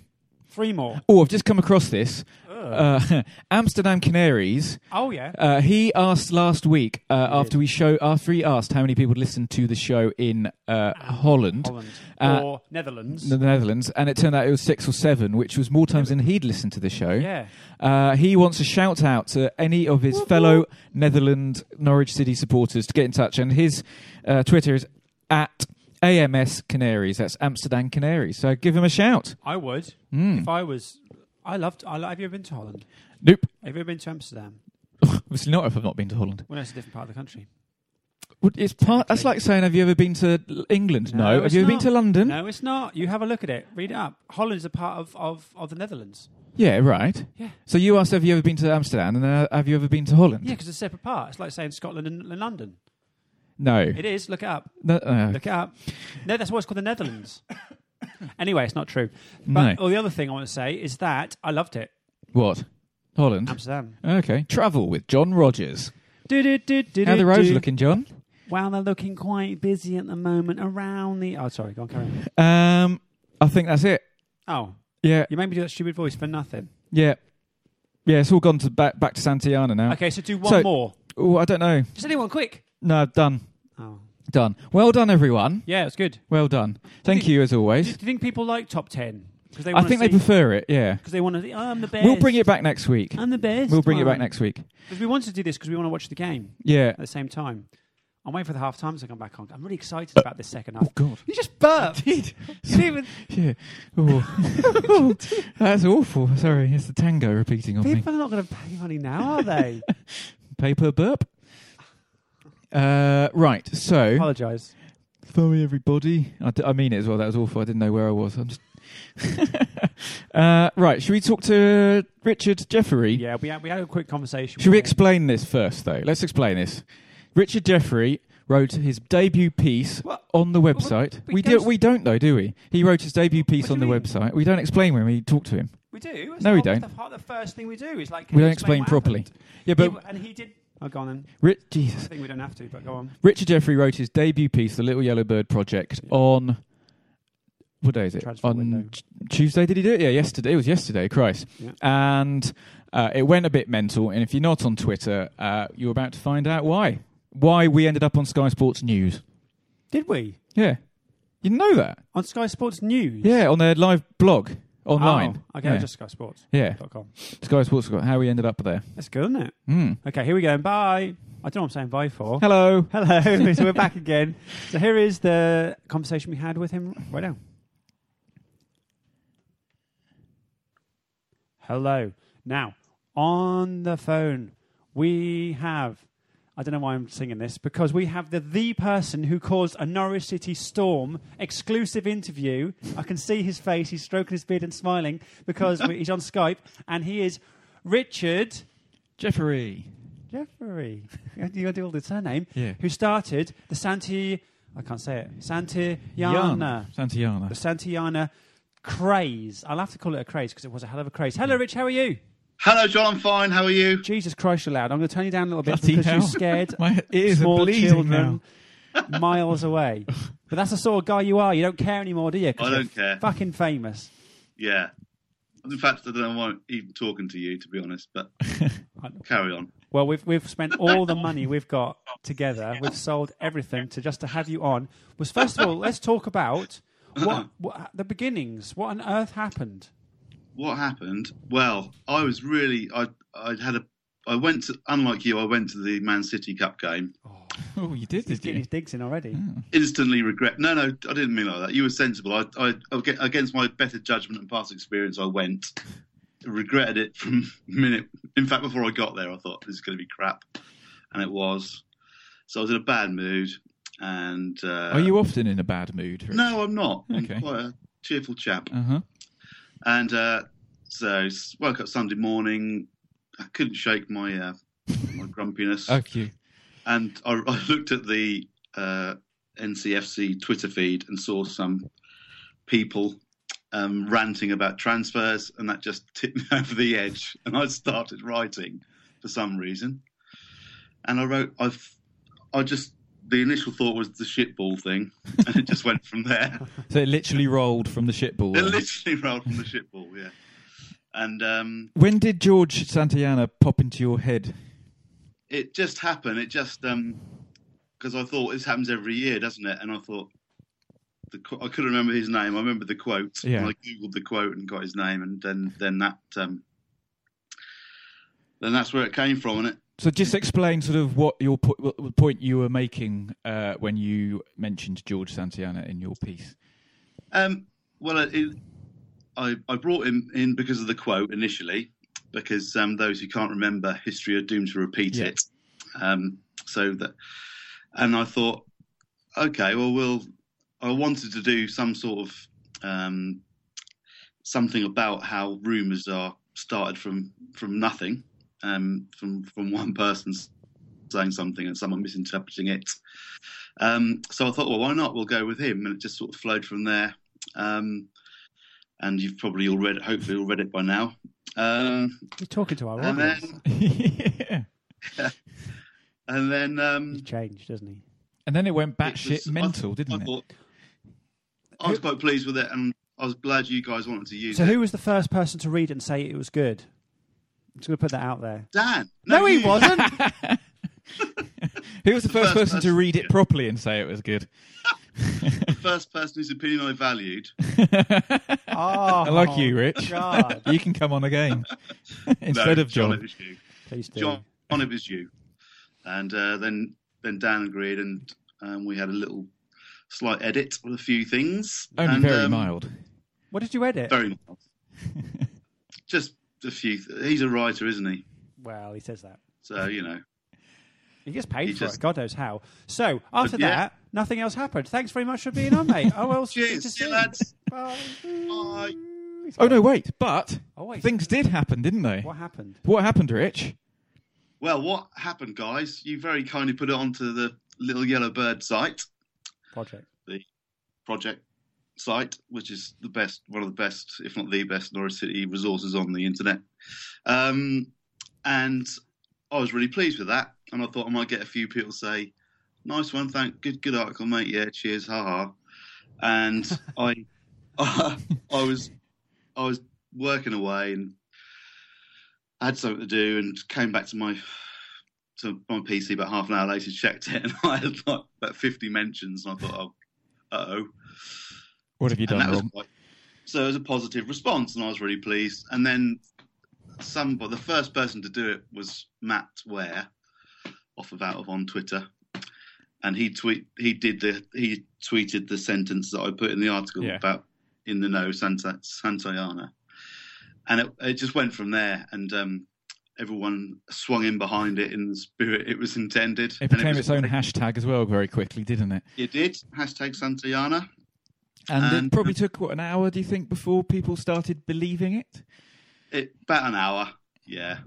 Speaker 1: Three more.
Speaker 2: Oh, I've just come across this. Uh, Amsterdam Canaries.
Speaker 1: Oh, yeah.
Speaker 2: Uh, he asked last week uh, after we show after he asked how many people listened to the show in uh, Holland,
Speaker 1: Holland.
Speaker 2: uh,
Speaker 1: or Netherlands.
Speaker 2: the Netherlands, and it turned out it was six or seven, which was more times than he'd listened to the show.
Speaker 1: yeah.
Speaker 2: Uh, he wants a shout out to any of his fellow Netherlands Norwich City supporters to get in touch, and his uh, Twitter is at AMS Canaries. That's Amsterdam Canaries. So give them a shout. Hmm.
Speaker 1: I would if I was. I loved. I, lo- have you ever been to Holland?
Speaker 2: Nope.
Speaker 1: Have you ever been to Amsterdam?
Speaker 2: Obviously not if I've not been to Holland.
Speaker 1: Well, no, it's a different part of the country.
Speaker 2: Well, It's part, that's like saying, have you ever been to L- England? No. Have
Speaker 1: it's
Speaker 2: you ever
Speaker 1: not.
Speaker 2: been to London?
Speaker 1: No, it's not. You have a look at it. Read it up. Holland is a part of, of, of the Netherlands.
Speaker 2: Yeah, right.
Speaker 1: Yeah.
Speaker 2: So you asked, have you ever been to Amsterdam? And then, uh, have you ever been to Holland?
Speaker 1: Yeah, because it's a separate part. It's like saying Scotland and, and London.
Speaker 2: No.
Speaker 1: It is. Look it up.
Speaker 2: No, uh,
Speaker 1: Look it up. No, that's why it's called the Netherlands. anyway, it's not true.
Speaker 2: No.
Speaker 1: But oh, the other thing I want to say is that I loved it.
Speaker 2: what? Holland.
Speaker 1: Amsterdam.
Speaker 2: Okay. Travel with John Rogers.
Speaker 1: Do, do, do, do,
Speaker 2: How are
Speaker 1: do,
Speaker 2: the roads
Speaker 1: do.
Speaker 2: looking, John?
Speaker 1: Well, they're looking quite busy at the moment around the. Oh, sorry, go on, carry on.
Speaker 2: Um, I think that's it.
Speaker 1: Oh,
Speaker 2: Yeah.
Speaker 1: you made me do that stupid voice for nothing.
Speaker 2: Yeah. Yeah, it's all gone to back back to Santillana now.
Speaker 1: Okay, so do one
Speaker 2: So-
Speaker 1: more.
Speaker 2: Oh, I don't know.
Speaker 1: Just anyone, quick.
Speaker 2: No, done.
Speaker 1: Oh,
Speaker 2: Done. Well done, everyone.
Speaker 1: yeah, it's good.
Speaker 2: Well done. Thank
Speaker 1: Do-
Speaker 2: you, as
Speaker 1: Do,
Speaker 2: always.
Speaker 1: do you think people like top ten? Because they
Speaker 2: I
Speaker 1: wanna
Speaker 2: think they
Speaker 1: see-
Speaker 2: prefer it. Yeah.
Speaker 1: because they want to. Oh, I'm the best.
Speaker 2: We'll bring it back next week.
Speaker 1: I'm the best.
Speaker 2: We'll bring it back next week.
Speaker 1: Because we wanted to do this because we want to watch the game
Speaker 2: Yeah.
Speaker 1: at the same time. I'm waiting for the half times to come back on. I'm really excited about this second half.
Speaker 2: Oh, God.
Speaker 1: You just burped.
Speaker 2: Did.
Speaker 1: You didn't even-
Speaker 2: Yeah. Oh. That's awful. Sorry, it's the tango repeating on me.
Speaker 1: people are not going to pay money now, are they?
Speaker 2: Paper burp. Uh, right. So
Speaker 1: Apologise.
Speaker 2: sorry, everybody. I, d- I mean it as well. That was awful. I didn't know where I was. I'm just. uh, right. Should we talk to Richard Jeffrey?
Speaker 1: Yeah, we had, we had a quick conversation.
Speaker 2: Should
Speaker 1: with
Speaker 2: we
Speaker 1: him.
Speaker 2: explain this first, though? Let's explain this. Richard Jeffrey wrote his debut piece
Speaker 1: What?
Speaker 2: on the website.
Speaker 1: we
Speaker 2: we do.
Speaker 1: don't-
Speaker 2: We don't, though, do we? He wrote his debut piece
Speaker 1: What
Speaker 2: on
Speaker 1: do you
Speaker 2: the
Speaker 1: mean?
Speaker 2: website. We don't explain when we talk to him.
Speaker 1: We do. That's the
Speaker 2: No, we
Speaker 1: whole-
Speaker 2: don't.
Speaker 1: The, part- the first thing we do is like
Speaker 2: We don't explain
Speaker 1: what
Speaker 2: properly.
Speaker 1: happened.
Speaker 2: Yeah, but
Speaker 1: He- and he did. Oh, go on then.
Speaker 2: Ri- Jesus.
Speaker 1: I think we don't have to, but go on.
Speaker 2: Richard Jeffrey wrote his debut piece, The Little Yellow Bird Project, on what day is it?
Speaker 1: Transfer
Speaker 2: on
Speaker 1: window.
Speaker 2: t- Tuesday, did he do it? Yeah, yesterday. It was yesterday. Christ,
Speaker 1: Yeah.
Speaker 2: and uh, it went a bit mental. And if you're not on Twitter, uh, you're about to find out why. Why we ended up on Sky Sports News.
Speaker 1: Did we
Speaker 2: Yeah, you know that.
Speaker 1: on Sky Sports News?
Speaker 2: Yeah, on their live blog online.
Speaker 1: Oh, okay,
Speaker 2: yeah.
Speaker 1: just Sky Sports.
Speaker 2: yeah.
Speaker 1: Dot com.
Speaker 2: Sky Sports. How we ended up there.
Speaker 1: That's good, isn't it?
Speaker 2: Mm.
Speaker 1: Okay, here we go. Bye. I don't know what I'm saying bye for.
Speaker 2: Hello.
Speaker 1: Hello. so we're back again. So here is the conversation we had with him right now. Hello. Now, on the phone, we have. I don't know why I'm singing this because we have the the person who caused a Norwich City storm exclusive interview. I can see his face; he's stroking his beard and smiling because we, he's on Skype, and he is Richard
Speaker 2: Jeffrey.
Speaker 1: Jeffrey. You got to do all the surname.
Speaker 2: Yeah.
Speaker 1: Who started the Santi? I can't say it. Santillana. The
Speaker 2: Santillana.
Speaker 1: Santillana craze. I'll have to call it a craze because it was a hell of a craze. Hello, Rich. How are you?
Speaker 5: Hello, John. I'm fine. How are you?
Speaker 1: Jesus Christ, you're loud. I'm going to turn you down a little bit
Speaker 2: Bloody
Speaker 1: because
Speaker 2: hell.
Speaker 1: you're scared.
Speaker 2: My ears are
Speaker 1: small
Speaker 2: bleeding
Speaker 1: children miles away. But that's the sort of guy you are. You don't care anymore, do you? 'Cause
Speaker 5: I
Speaker 1: you're
Speaker 5: don't care.
Speaker 1: Fucking famous.
Speaker 5: Yeah. In fact, I don't want even talking to you, to be honest, but carry on.
Speaker 1: Well, we've we've spent all the money we've got together. We've sold everything to just to have you on. Was first of all, let's talk about what, what the beginnings. What on earth happened?
Speaker 5: What happened? Well, I was really, I, I had a, I went to, unlike you, I went to the Man City Cup game.
Speaker 2: Oh, you did,
Speaker 1: He's
Speaker 2: did
Speaker 1: getting
Speaker 2: you?
Speaker 1: his digs in already.
Speaker 5: Hmm. Instantly regret. No, no, I didn't mean like that. You were sensible. I, I, ag- against my better judgment and past experience, I went. Regretted it from minute. In fact, before I got there, I thought this is going to be crap, and it was. So I was in a bad mood, and uh,
Speaker 2: Are you often in a bad mood? Rich?
Speaker 5: No, I'm not. I'm
Speaker 2: Okay.
Speaker 5: quite a cheerful chap.
Speaker 2: Uh-huh.
Speaker 5: And uh, so s- woke up Sunday morning. I couldn't shake my uh, my grumpiness,
Speaker 2: Okay.
Speaker 5: and I, I looked at the uh, NCFC Twitter feed and saw some people um, ranting about transfers, and that just tipped me over the edge. And I started writing for some reason, and I wrote I've I just the initial thought was the shitball thing, and it just went from there.
Speaker 2: So it literally rolled from the shitball.
Speaker 5: It literally rolled from the shit ball, yeah. And um,
Speaker 2: When did George Santayana pop into your head?
Speaker 5: it just happened. It just because I thought this happens every year, doesn't it? And I thought the qu- I couldn't remember his name. I remember the quote.
Speaker 2: Yeah.
Speaker 5: And I googled the quote and got his name, and then then that um, then that's where it came from. And it
Speaker 2: So just explain sort of what your po- what the point you were making uh, when you mentioned George Santayana in your piece.
Speaker 5: Um, well, it, I, I brought him in because of the quote initially, because um, those who can't remember history are doomed to repeat
Speaker 2: Yeah.
Speaker 5: it. Um, so that, and I thought, okay, well, we'll. I wanted to do some sort of um, something about how rumours are started from from nothing, um, from from one person saying something and someone misinterpreting it. Um, so I thought, well, why not? We'll go with him, and it just sort of flowed from there. Um, and you've probably all read, hopefully, all read it by now. Um,
Speaker 1: You're talking to our
Speaker 5: and then,
Speaker 1: audience.
Speaker 2: yeah.
Speaker 5: and then, um,
Speaker 1: He's changed, doesn't he?
Speaker 2: And then it went
Speaker 5: it
Speaker 2: batshit
Speaker 5: was- I-
Speaker 2: mental, didn't
Speaker 5: I,
Speaker 2: it?
Speaker 5: thought- I was quite pleased with it, and I was glad you guys wanted to use
Speaker 1: So
Speaker 5: it.
Speaker 1: who was the first person to read and say it was good? I'm just going to put that out there.
Speaker 5: Dan?
Speaker 1: No, he
Speaker 5: you.
Speaker 1: wasn't.
Speaker 2: Who was the first
Speaker 5: first
Speaker 2: person to
Speaker 5: person-
Speaker 2: read it properly and say it was good?
Speaker 5: The first person whose opinion I valued.
Speaker 1: oh,
Speaker 2: I like you, Rich.
Speaker 1: God.
Speaker 2: You can come on again instead
Speaker 5: No,
Speaker 2: of John.
Speaker 5: John, it was you.
Speaker 1: Please do.
Speaker 5: John, it was you. And uh, then then Dan agreed, and um, we had a little slight edit on a few things.
Speaker 2: Only
Speaker 5: and,
Speaker 2: very
Speaker 5: um,
Speaker 2: mild.
Speaker 1: What did you edit?
Speaker 5: Very mild. Just a few. Th- he's a writer, isn't he?
Speaker 1: Well, he says that.
Speaker 5: So you know.
Speaker 1: He gets paid
Speaker 5: He
Speaker 1: for it.
Speaker 5: just-
Speaker 1: God knows how. So after
Speaker 5: yeah.
Speaker 1: that, nothing else happened. Thanks very much for being on, mate. Oh well,
Speaker 5: Cheers.
Speaker 1: good to
Speaker 5: See you,
Speaker 1: you.
Speaker 5: lads.
Speaker 1: Bye.
Speaker 5: Bye.
Speaker 2: Oh no, wait! But
Speaker 1: Oh, wait.
Speaker 2: things did happen, didn't they?
Speaker 1: What happened?
Speaker 2: What happened, Rich?
Speaker 5: Well, what happened, guys? You very kindly put it onto the Little Yellow Bird site.
Speaker 1: Project.
Speaker 5: project site, which is the best, one of the best, if not the best, Norwich City resources on the internet. Um, and I was really pleased with that, and I thought I might get a few people say, "Nice one, thank, good, good article, mate. Yeah, cheers, haha." And I, I, was, I was working away and had something to do, and came back to my. To my PC about half an hour later, checked it, and I had like about 50 mentions. And I thought, oh, uh oh.
Speaker 2: What have you done
Speaker 5: And that was
Speaker 2: wrong?
Speaker 5: quite, so it was a positive response, and I was really pleased. And then some, well, the first person to do it was Matt Ware, off of out of on Twitter, and he tweet he did the he tweeted the sentence that I put in the article
Speaker 2: Yeah.
Speaker 5: about in the know Santa Santayana, and it, it just went from there, and um, everyone swung in behind it in the spirit it was intended.
Speaker 2: It
Speaker 5: and
Speaker 2: became
Speaker 5: was
Speaker 2: its own
Speaker 5: great.
Speaker 2: hashtag as well very quickly, didn't it?
Speaker 5: It did hashtag Santayana.
Speaker 2: And, it
Speaker 5: And-
Speaker 2: probably took what an hour, do you think, before people started believing it?
Speaker 5: It about an hour, yeah.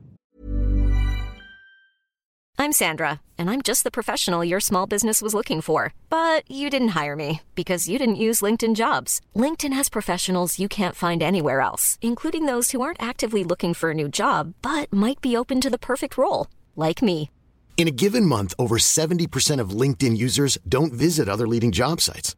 Speaker 6: I'm Sandra, and I'm just the professional your small business was looking for. But you didn't hire me because you didn't use LinkedIn jobs. LinkedIn has professionals you can't find anywhere else, including those who aren't actively looking for a new job but might be open to the perfect role, like me.
Speaker 7: In a given month, over 70% of LinkedIn users don't visit other leading job sites.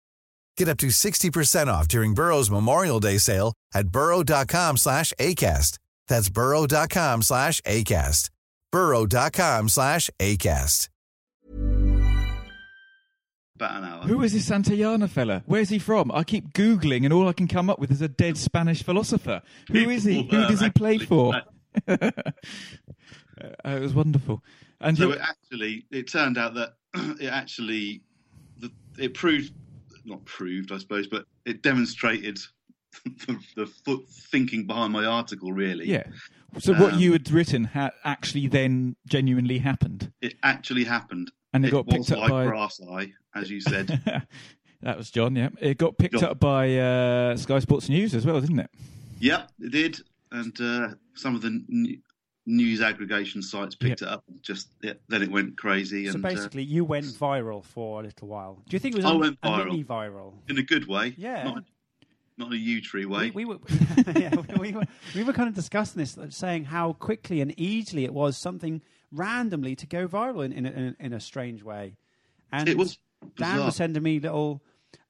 Speaker 8: Get up to 60% off during Burrow's Memorial Day sale at burrow.com slash ACAST. That's burrow.com slash ACAST. burrow.com slash ACAST.
Speaker 5: About an hour.
Speaker 2: Who is this Santayana fella? Where's he from? I keep Googling and all I can come up with is a dead Spanish philosopher. Who is he?
Speaker 5: People
Speaker 2: Who does he
Speaker 5: were
Speaker 2: play
Speaker 5: actually-
Speaker 2: for? Uh, it was wonderful. And uh,
Speaker 5: So
Speaker 2: you-
Speaker 5: it actually, it turned out that it actually, the, it proved, not proved, I suppose, but it demonstrated the, the foot thinking behind my article. Really,
Speaker 2: yeah. So what
Speaker 5: Um,
Speaker 2: you had written had actually then genuinely happened.
Speaker 5: it actually happened,
Speaker 2: And it
Speaker 5: it
Speaker 2: got
Speaker 5: was
Speaker 2: picked up
Speaker 5: like
Speaker 2: by-
Speaker 5: brass eye, as you said.
Speaker 2: that was John, yeah. It got picked
Speaker 5: John.
Speaker 2: up by uh, Sky Sports News as well, didn't it?
Speaker 5: yep, it did, and uh, some of the n- news aggregation sites picked it up. And just yeah, then it went crazy,
Speaker 1: So
Speaker 5: and
Speaker 1: basically, you went viral for a little while. Do you think it was
Speaker 5: uh, I
Speaker 1: a-
Speaker 5: went
Speaker 1: a
Speaker 5: viral.
Speaker 1: mini viral?
Speaker 5: uh, in a good way.
Speaker 1: Yeah.
Speaker 5: not, not in a U tree way.
Speaker 1: We, we were, yeah, we, we were, we were kind of discussing this, like, saying how quickly and easily it was something randomly to go viral in, in, a, in a- in a strange way. And
Speaker 5: It was
Speaker 1: Dan
Speaker 5: bizarre.
Speaker 1: was sending me little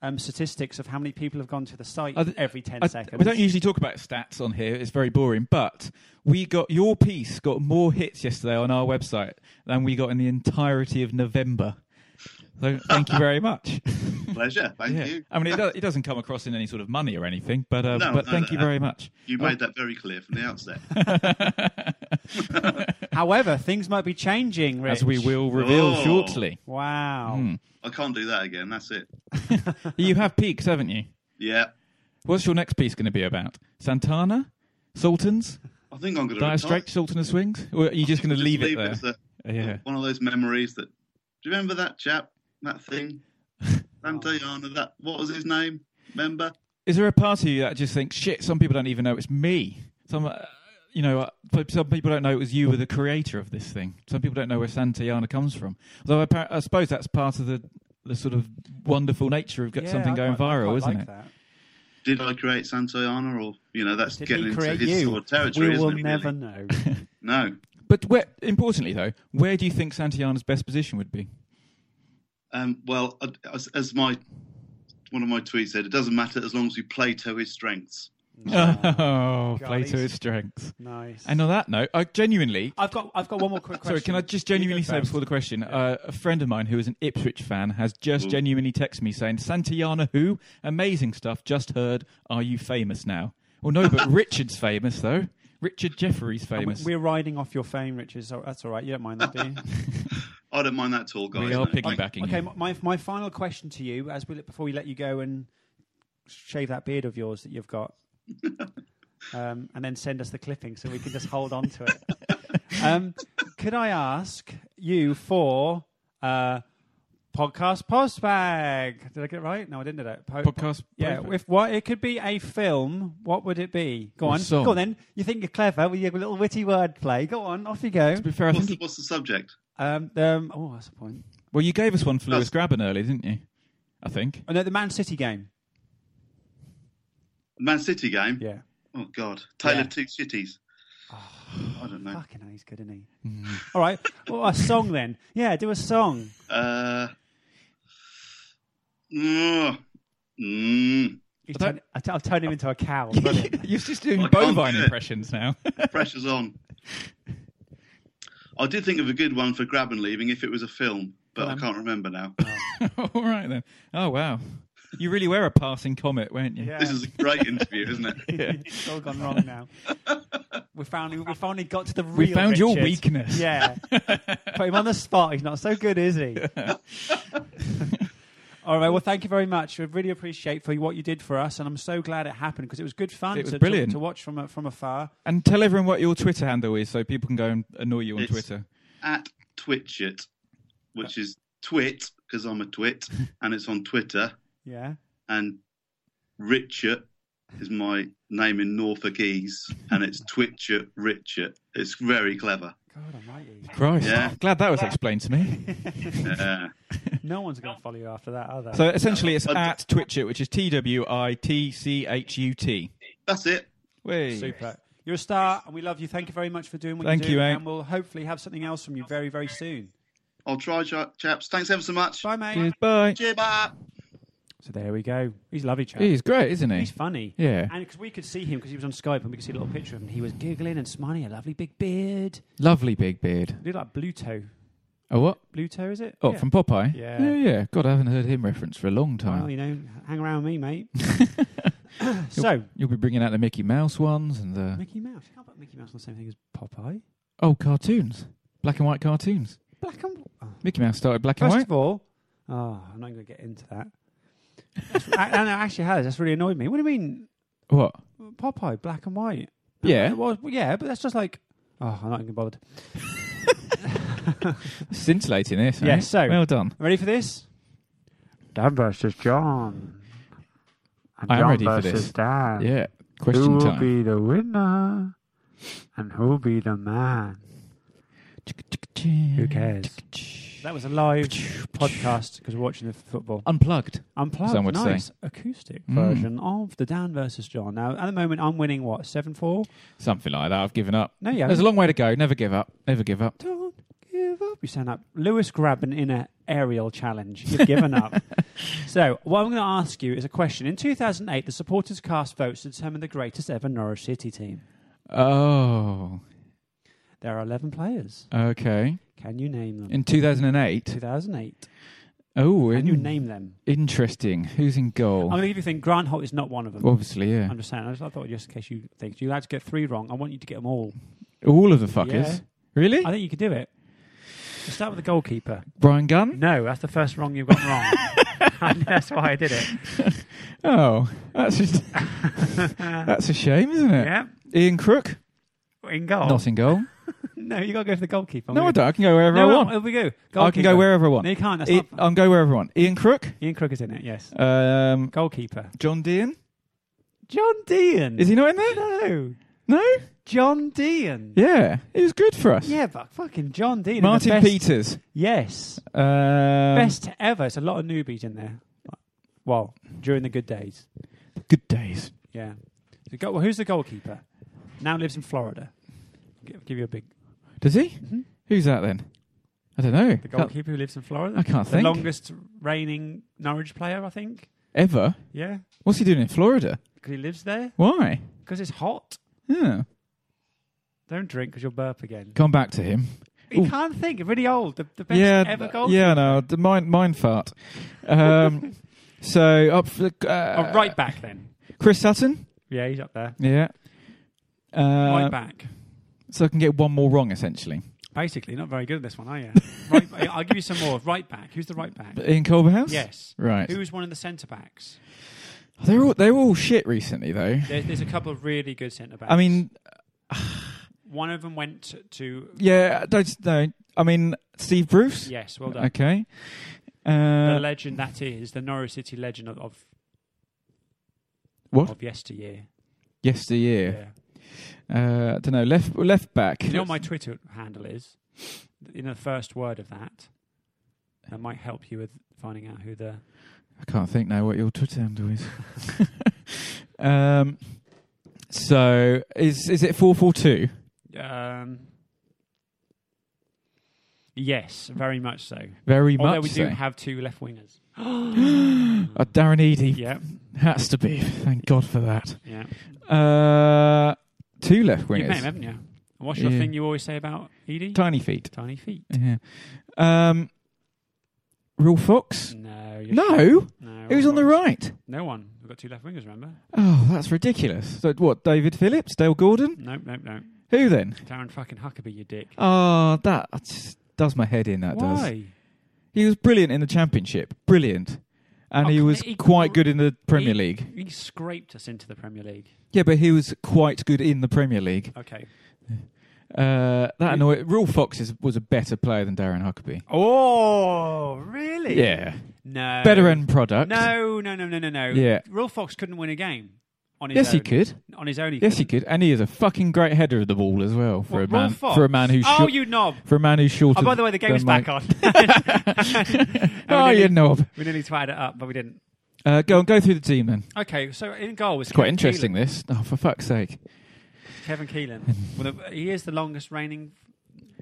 Speaker 1: um, statistics of how many people have gone to the site
Speaker 2: I th-
Speaker 1: every 10
Speaker 2: I-
Speaker 1: seconds.
Speaker 2: We don't usually talk about stats on here; it's very boring. But we got your piece got more hits yesterday on our website than we got in the entirety of November. So thank you very much.
Speaker 5: Pleasure. Thank
Speaker 2: Yeah.
Speaker 5: you.
Speaker 2: I mean, it, do, it doesn't come across in any sort of money or anything, but uh,
Speaker 5: No,
Speaker 2: but
Speaker 5: no,
Speaker 2: thank
Speaker 5: no,
Speaker 2: you
Speaker 5: no.
Speaker 2: very much.
Speaker 5: You made that very clear from the outset.
Speaker 1: However, things might be changing, Rich.
Speaker 2: As we will Hmm. reveal
Speaker 5: Oh.
Speaker 2: shortly.
Speaker 1: Wow.
Speaker 5: I can't do that again. That's it.
Speaker 2: You have peaks, haven't you?
Speaker 5: Yeah.
Speaker 2: What's your next piece going to be about? Santana, Sultans,
Speaker 5: I think I'm going to
Speaker 2: Dire
Speaker 5: retire.
Speaker 2: Straits, Sultan of Swings? Or are you just going to
Speaker 5: Just
Speaker 2: leave it there?
Speaker 5: as a-
Speaker 2: Yeah.
Speaker 5: One of those memories that. Do you remember that chap? That thing? Sam Tejana, that. What was his name? Remember?
Speaker 2: Is there a part of you that just thinks, shit, some people don't even know it's me? Some, uh, you know, uh, but some people don't know it was you were the creator of this thing. Some people don't know where Santayana comes from. Although I, par- I suppose that's part of the, the sort of wonderful nature of get
Speaker 1: Yeah,
Speaker 2: something
Speaker 1: I
Speaker 2: going
Speaker 1: quite- I
Speaker 2: viral,
Speaker 1: quite
Speaker 2: isn't
Speaker 1: like
Speaker 2: it?
Speaker 1: that.
Speaker 5: Did I create Santayana? Or, you know, that's
Speaker 1: Did
Speaker 5: getting
Speaker 1: he
Speaker 5: into
Speaker 1: create
Speaker 5: his
Speaker 1: you?
Speaker 5: sort of territory,
Speaker 1: we
Speaker 5: isn't
Speaker 1: will
Speaker 5: it? really?
Speaker 1: never know.
Speaker 5: No.
Speaker 2: But where, importantly, though, where do you think Santayana's best position would be?
Speaker 5: Um, well, as, as my one of my tweets said, it doesn't matter as long as we play to his strengths.
Speaker 2: Oh, play to
Speaker 1: he's-
Speaker 2: his strengths.
Speaker 1: nice.
Speaker 2: And on that note, I genuinely
Speaker 1: I've got, I've got one more quick question.
Speaker 2: Sorry, can I just
Speaker 1: You go
Speaker 2: genuinely say
Speaker 1: first.
Speaker 2: before the question? Uh, a friend of mine who is an Ipswich fan has just
Speaker 5: Mm.
Speaker 2: genuinely texted me saying, Santayana, who? Amazing stuff. Just heard. Are you famous now? Well, no, but Richard's famous, though. Richard Jefferies
Speaker 1: And we-
Speaker 2: famous.
Speaker 1: We're riding off your fame, Richard. So that's all right. You don't mind that, do you?
Speaker 5: I don't mind that tall guy.
Speaker 2: we are
Speaker 5: isn't it? Like,
Speaker 2: piggybacking.
Speaker 1: Okay,
Speaker 2: here.
Speaker 1: my, my my final question to you, as we, before we let you go and shave that beard of yours that you've got, um, and then send us the clipping so we can just hold on to it. Um, could I ask you for uh, podcast postbag? Did I get it right? No, I didn't. Did I? Po-
Speaker 2: Podcast
Speaker 1: Yeah.
Speaker 2: postbag.
Speaker 1: If what it could be a film, what would it be? Go
Speaker 2: Or a
Speaker 1: on.
Speaker 2: song.
Speaker 1: Go on then. You think you're clever with your little witty wordplay. Go on. Off you go.
Speaker 2: To be fair, I
Speaker 5: What's
Speaker 2: think
Speaker 5: the,
Speaker 2: he-
Speaker 5: what's the subject?
Speaker 1: Um, um, oh, that's a point.
Speaker 2: well, you gave us one for Lewis Graben earlier, didn't you? I think.
Speaker 1: Oh no, the Man City game.
Speaker 5: Man City game.
Speaker 1: Yeah.
Speaker 5: Oh God, Tale
Speaker 1: Yeah.
Speaker 5: of Two Cities. I don't know.
Speaker 1: Fucking hell, he's good, isn't he? Mm. All right. Well, a song then. Yeah, do a song.
Speaker 5: Uh, mm, mm,
Speaker 1: You
Speaker 2: don't-
Speaker 1: turn, I t- I'll turn him into a cow. Brilliant.
Speaker 2: You're just doing
Speaker 5: I can't
Speaker 2: bovine
Speaker 5: do it.
Speaker 2: impressions now.
Speaker 5: pressure's on. I did think of a good one for Grab and Leaving if it was a film, but I can't remember now.
Speaker 2: All right, then. Oh, wow. You really were a passing comet, weren't you?
Speaker 1: Yeah.
Speaker 5: This is a great interview, isn't it?
Speaker 1: it's all gone wrong now. We finally, we finally got to the real.
Speaker 2: found your
Speaker 1: Richard.
Speaker 2: weakness.
Speaker 1: Yeah. Put him on the spot. He's not so good, is he? All right. Well, thank you very much. We really appreciate for what you did for us, and I'm so glad it happened because it was good fun.
Speaker 2: It was
Speaker 1: to, to-
Speaker 2: brilliant.
Speaker 1: to, watch from a- from afar.
Speaker 2: And tell everyone what your Twitter handle is so people can go and annoy you on
Speaker 5: It's-
Speaker 2: Twitter.
Speaker 5: at Twitchit, which is twit because I'm a twit, and it's on Twitter.
Speaker 1: Yeah.
Speaker 5: And Richard is my name in Norfolkese, and it's Twitchit Richard. It's very clever.
Speaker 1: God Almighty.
Speaker 2: Christ.
Speaker 5: Yeah.
Speaker 2: Glad that was explained to me.
Speaker 5: Yeah.
Speaker 1: No one's going to follow you after that, are they?
Speaker 2: So essentially, it's
Speaker 5: But-
Speaker 2: at Twitchit, which is T W I T C H U T.
Speaker 5: that's it.
Speaker 1: Super. You're a star, and we love you. Thank you very much for doing what
Speaker 2: Thank
Speaker 1: you do.
Speaker 2: you, mate.
Speaker 1: and we'll hopefully have something else from you very, very soon.
Speaker 5: I'll try, cha- chaps. Thanks ever so much.
Speaker 1: Bye, mate.
Speaker 2: Bye.
Speaker 5: Cheer, bye.
Speaker 1: So there we go. He's a lovely chap.
Speaker 2: He's great, isn't he?
Speaker 1: He's funny.
Speaker 2: Yeah.
Speaker 1: And because we could see him because he was on Skype and we could see a little picture of him. He was giggling and smiling, a lovely big beard.
Speaker 2: Lovely big beard.
Speaker 1: He looked like Bluto.
Speaker 2: Oh, what?
Speaker 1: Bluto, is it?
Speaker 2: Oh,
Speaker 1: Yeah.
Speaker 2: from Popeye?
Speaker 1: Yeah.
Speaker 2: yeah. yeah. God, I haven't heard him reference for a long time.
Speaker 1: Well, you know, hang around with me, mate. so,
Speaker 2: You'll be bringing out the Mickey Mouse ones and the.
Speaker 1: Mickey Mouse. You can't put Mickey Mouse on the same thing as Popeye.
Speaker 2: Oh, cartoons. Black and white cartoons.
Speaker 1: Black and oh.
Speaker 2: Mickey Mouse started black and
Speaker 1: First
Speaker 2: white.
Speaker 1: of all, oh, I'm not going to get into that. That's- I, I know, actually, has. That's really annoyed me. What do you mean?
Speaker 2: what?
Speaker 1: Popeye, black and white.
Speaker 2: Yeah.
Speaker 1: Uh, well, yeah, but that's just like. Oh, I'm not even bothered.
Speaker 2: Scintillating this. eh?
Speaker 1: Yeah, so-
Speaker 2: Well done.
Speaker 1: Ready for this?
Speaker 9: Dan versus John. And
Speaker 2: I am
Speaker 9: John
Speaker 2: ready for
Speaker 9: versus
Speaker 2: this.
Speaker 9: Dan.
Speaker 2: Yeah.
Speaker 9: Who
Speaker 2: Question
Speaker 9: will
Speaker 2: time.
Speaker 9: be the winner? And who'll be the man?
Speaker 2: Who
Speaker 9: cares?
Speaker 1: That was a live podcast because we're watching the football.
Speaker 2: Unplugged.
Speaker 1: Unplugged,
Speaker 2: Some would say. Mm.
Speaker 1: nice acoustic version of the Dan versus John. Now, at the moment, I'm winning what seven four.
Speaker 2: Something like that. I've given up.
Speaker 1: No, you
Speaker 2: There's a
Speaker 1: haven't.
Speaker 2: long way to go. Never give up. Never give up.
Speaker 1: Don, you sign up. Lewis Graben in an aerial challenge. You've given up. So, what I'm going to ask you is a question. In 2008, the supporters cast votes to determine the greatest ever Norwich City team.
Speaker 2: Oh,
Speaker 1: There are 11 players.
Speaker 2: okay.
Speaker 1: Can you name them?
Speaker 2: In 2008.
Speaker 1: 2008.
Speaker 2: Oh,
Speaker 1: Can you
Speaker 2: in-
Speaker 1: name them?
Speaker 2: interesting. Who's in
Speaker 1: I'm
Speaker 2: goal?
Speaker 1: going to give you a thing. Grant Holt is not one of them.
Speaker 2: Obviously, yeah.
Speaker 1: I'm just saying. I, just, I thought just in case you think you're allowed to get three wrong. I want you to get them all.
Speaker 2: All of the fuckers.
Speaker 1: Yeah.
Speaker 2: Really?
Speaker 1: I think you could do it. Let's start with the goalkeeper.
Speaker 2: Brian Gunn?
Speaker 1: No, that's the first wrong you've got wrong. I know, that's why I did it.
Speaker 2: Oh, that's just, that's a shame, isn't it?
Speaker 3: Yeah,
Speaker 2: Ian Crook?
Speaker 3: in goal.
Speaker 2: Not in goal.
Speaker 1: No, you got to go for the goalkeeper.
Speaker 2: No, I don't. I can go wherever
Speaker 1: Oh. No,
Speaker 2: I
Speaker 1: no,
Speaker 2: want.
Speaker 1: here we go.
Speaker 2: I can go
Speaker 1: Goalkeeper.
Speaker 2: wherever I want.
Speaker 1: No, you can't. That's
Speaker 2: I,
Speaker 1: not.
Speaker 2: I'm going wherever I want. Ian Crook?
Speaker 1: Ian Crook is in it. Yes.
Speaker 2: Um,
Speaker 1: Goalkeeper.
Speaker 2: John Dean?
Speaker 1: John Dean.
Speaker 2: Is he not in there?
Speaker 1: No.
Speaker 2: No?
Speaker 1: John Dean.
Speaker 2: Yeah. He was good for us.
Speaker 1: Yeah, but fucking John Dean. and the
Speaker 2: Martin
Speaker 1: best-
Speaker 2: Peters.
Speaker 1: Yes.
Speaker 2: Um,
Speaker 1: Best ever. It's a lot of newbies in there. Well, during the good days.
Speaker 2: Good days.
Speaker 1: Yeah. The goal, well, who's the goalkeeper? Now lives in Florida. Give, give you a big.
Speaker 2: Does he?
Speaker 1: Mm-hmm.
Speaker 2: Who's that then? I don't know.
Speaker 1: The
Speaker 2: That-
Speaker 1: goalkeeper who lives in Florida?
Speaker 2: I can't
Speaker 1: the
Speaker 2: think.
Speaker 1: longest reigning Norwich player, I think.
Speaker 2: Ever?
Speaker 1: Yeah.
Speaker 2: What's he doing in Florida?
Speaker 1: Because he lives there.
Speaker 2: Why?
Speaker 1: Because it's hot.
Speaker 2: Yeah.
Speaker 1: Don't drink because you'll burp again.
Speaker 2: Come back to him.
Speaker 1: You can't think. You're really old. The, the best
Speaker 2: yeah,
Speaker 1: ever
Speaker 2: th-
Speaker 1: goalkeeper.
Speaker 2: yeah, no, the mind, mind fart. Um, so up for the, uh,
Speaker 1: oh, right back then.
Speaker 2: Chris Sutton.
Speaker 1: Yeah, he's up there.
Speaker 2: Yeah. Uh,
Speaker 1: Right back.
Speaker 2: So I can get one more wrong essentially.
Speaker 1: Basically, not very good at this one, are you? right, I'll give you some more. Right back. Who's the right back?
Speaker 2: But Ian Culverhouse.
Speaker 1: Yes.
Speaker 2: Right.
Speaker 1: Who's one of the centre backs?
Speaker 2: They're all they're all shit recently though.
Speaker 1: There's, there's a couple of really good centre backs.
Speaker 2: I mean,
Speaker 1: one of them went to
Speaker 2: yeah, don't no. I mean, Steve Bruce.
Speaker 1: yes, well done.
Speaker 2: Okay.
Speaker 1: The
Speaker 2: Uh,
Speaker 1: legend that is the Norwich City legend of of,
Speaker 2: What?
Speaker 1: of yesteryear.
Speaker 2: yesteryear. Uh, I don't know. Left left back.
Speaker 1: You know what my Twitter handle is? You know the first word of that. That might help you with finding out who the
Speaker 2: I can't think now what your Twitter handle is. um, so is is it four four two?
Speaker 1: um, Yes, very much so.
Speaker 2: Very
Speaker 1: Although
Speaker 2: much
Speaker 1: Oh, we
Speaker 2: so.
Speaker 1: do have two left wingers.
Speaker 2: Uh, Darren Eady
Speaker 1: Yeah,
Speaker 2: has to be. Thank God for that.
Speaker 1: yeah.
Speaker 2: Uh, two left
Speaker 1: You've met him,
Speaker 2: wingers.
Speaker 1: haven't you? What's your
Speaker 2: Yeah.
Speaker 1: thing you always say about Edie?
Speaker 2: Tiny feet.
Speaker 1: Tiny feet.
Speaker 2: Yeah. Um, Real Fox.
Speaker 1: No. you're sure.
Speaker 2: No.
Speaker 1: No.
Speaker 2: Who's on the
Speaker 1: otherwise-
Speaker 2: right?
Speaker 1: No one. We've got two left wingers, remember?
Speaker 2: Oh, that's ridiculous. So what? David Phillips, Dale Gordon.
Speaker 1: Nope, nope, nope.
Speaker 2: Who then?
Speaker 1: Darren fucking Huckabee, you dick.
Speaker 2: Oh, that just does my head in. That does.
Speaker 1: Why?
Speaker 2: He was brilliant in the championship, brilliant, and
Speaker 1: Oh,
Speaker 2: he
Speaker 1: come
Speaker 2: was
Speaker 1: on, he-
Speaker 2: quite good in the Premier
Speaker 1: He-
Speaker 2: League.
Speaker 1: He scraped us into the Premier League.
Speaker 2: Yeah, but he was quite good in the Premier League.
Speaker 1: Okay.
Speaker 2: Uh, that annoyed. Real Fox is, was a better player than Darren Huckabee.
Speaker 1: Oh, really?
Speaker 2: Yeah,
Speaker 1: No.
Speaker 2: better end product.
Speaker 1: No, no, no, no, no, no.
Speaker 2: Yeah.
Speaker 1: Real Fox couldn't win a game on his
Speaker 2: Yes, he
Speaker 1: own.
Speaker 2: could.
Speaker 1: On his own, he
Speaker 2: Yes, he
Speaker 1: couldn't.
Speaker 2: could, and he is a fucking great header of the ball as well for
Speaker 1: What,
Speaker 2: a man
Speaker 1: Rolf Fox?
Speaker 2: for a man who's
Speaker 1: Oh,
Speaker 2: short-
Speaker 1: you knob.
Speaker 2: for a man who's short.
Speaker 1: Oh, by the way, the game is back on.
Speaker 2: Oh, you knob.
Speaker 1: We nearly twatted it up, but we didn't.
Speaker 2: Uh, go on, go through the team then.
Speaker 1: Okay, so in goal was
Speaker 2: It's quite
Speaker 1: Kevin
Speaker 2: interesting.
Speaker 1: Keelan.
Speaker 2: This, oh for fuck's sake,
Speaker 1: Kevin Keelan. well, the, he is the longest reigning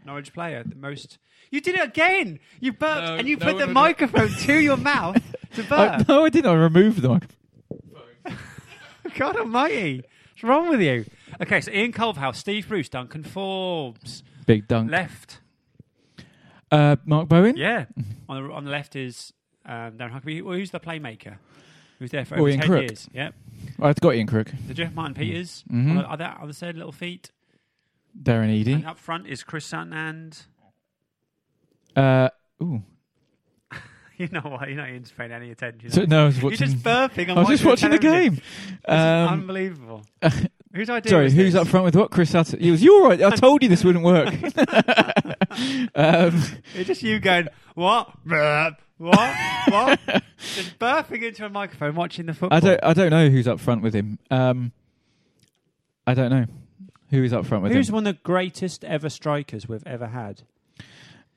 Speaker 1: Norwich player. The most. You did it again. You burped
Speaker 2: No,
Speaker 1: and you
Speaker 2: no
Speaker 1: put
Speaker 2: one
Speaker 1: the
Speaker 2: would-
Speaker 1: microphone to your mouth to
Speaker 2: I,
Speaker 1: burp.
Speaker 2: no, I didn't. I removed them.
Speaker 1: God Almighty, what's wrong with you? Okay, so Ian Culverhouse, Steve Bruce, Duncan Forbes,
Speaker 2: Big dunk.
Speaker 1: left.
Speaker 2: Uh, Mark Bowen.
Speaker 1: Yeah, on the on the left is um, Darren Huckabee. Who- Who's the playmaker? Who's there for
Speaker 2: Oh,
Speaker 1: over
Speaker 2: Ian
Speaker 1: ten
Speaker 2: Crook.
Speaker 1: years? Yep.
Speaker 2: I've got Ian Crook.
Speaker 1: The Jeff Martin Peters
Speaker 2: Mhm.
Speaker 1: on the other other side, little feet.
Speaker 2: Darren Eady.
Speaker 1: And up front is Chris Sutton and
Speaker 2: Uh, ooh.
Speaker 1: you know what? You're not even paying any attention.
Speaker 2: So, no, I was
Speaker 1: You're
Speaker 2: watching.
Speaker 1: just burping.
Speaker 2: I
Speaker 1: and
Speaker 2: was just watching the
Speaker 1: television.
Speaker 2: game. Um,
Speaker 1: Unbelievable. Whose idea?
Speaker 2: sorry,
Speaker 1: was
Speaker 2: who's
Speaker 1: this?
Speaker 2: up front with what? Chris Sutton. He was. You're right. I told you this wouldn't work. um,
Speaker 1: It's just you going what, Burp. what, what? just burping into a microphone, watching the football.
Speaker 2: I don't. I don't know who's up front with him. Um, I don't know who is up front with
Speaker 1: Who's
Speaker 2: him.
Speaker 1: one of the greatest ever strikers we've ever had?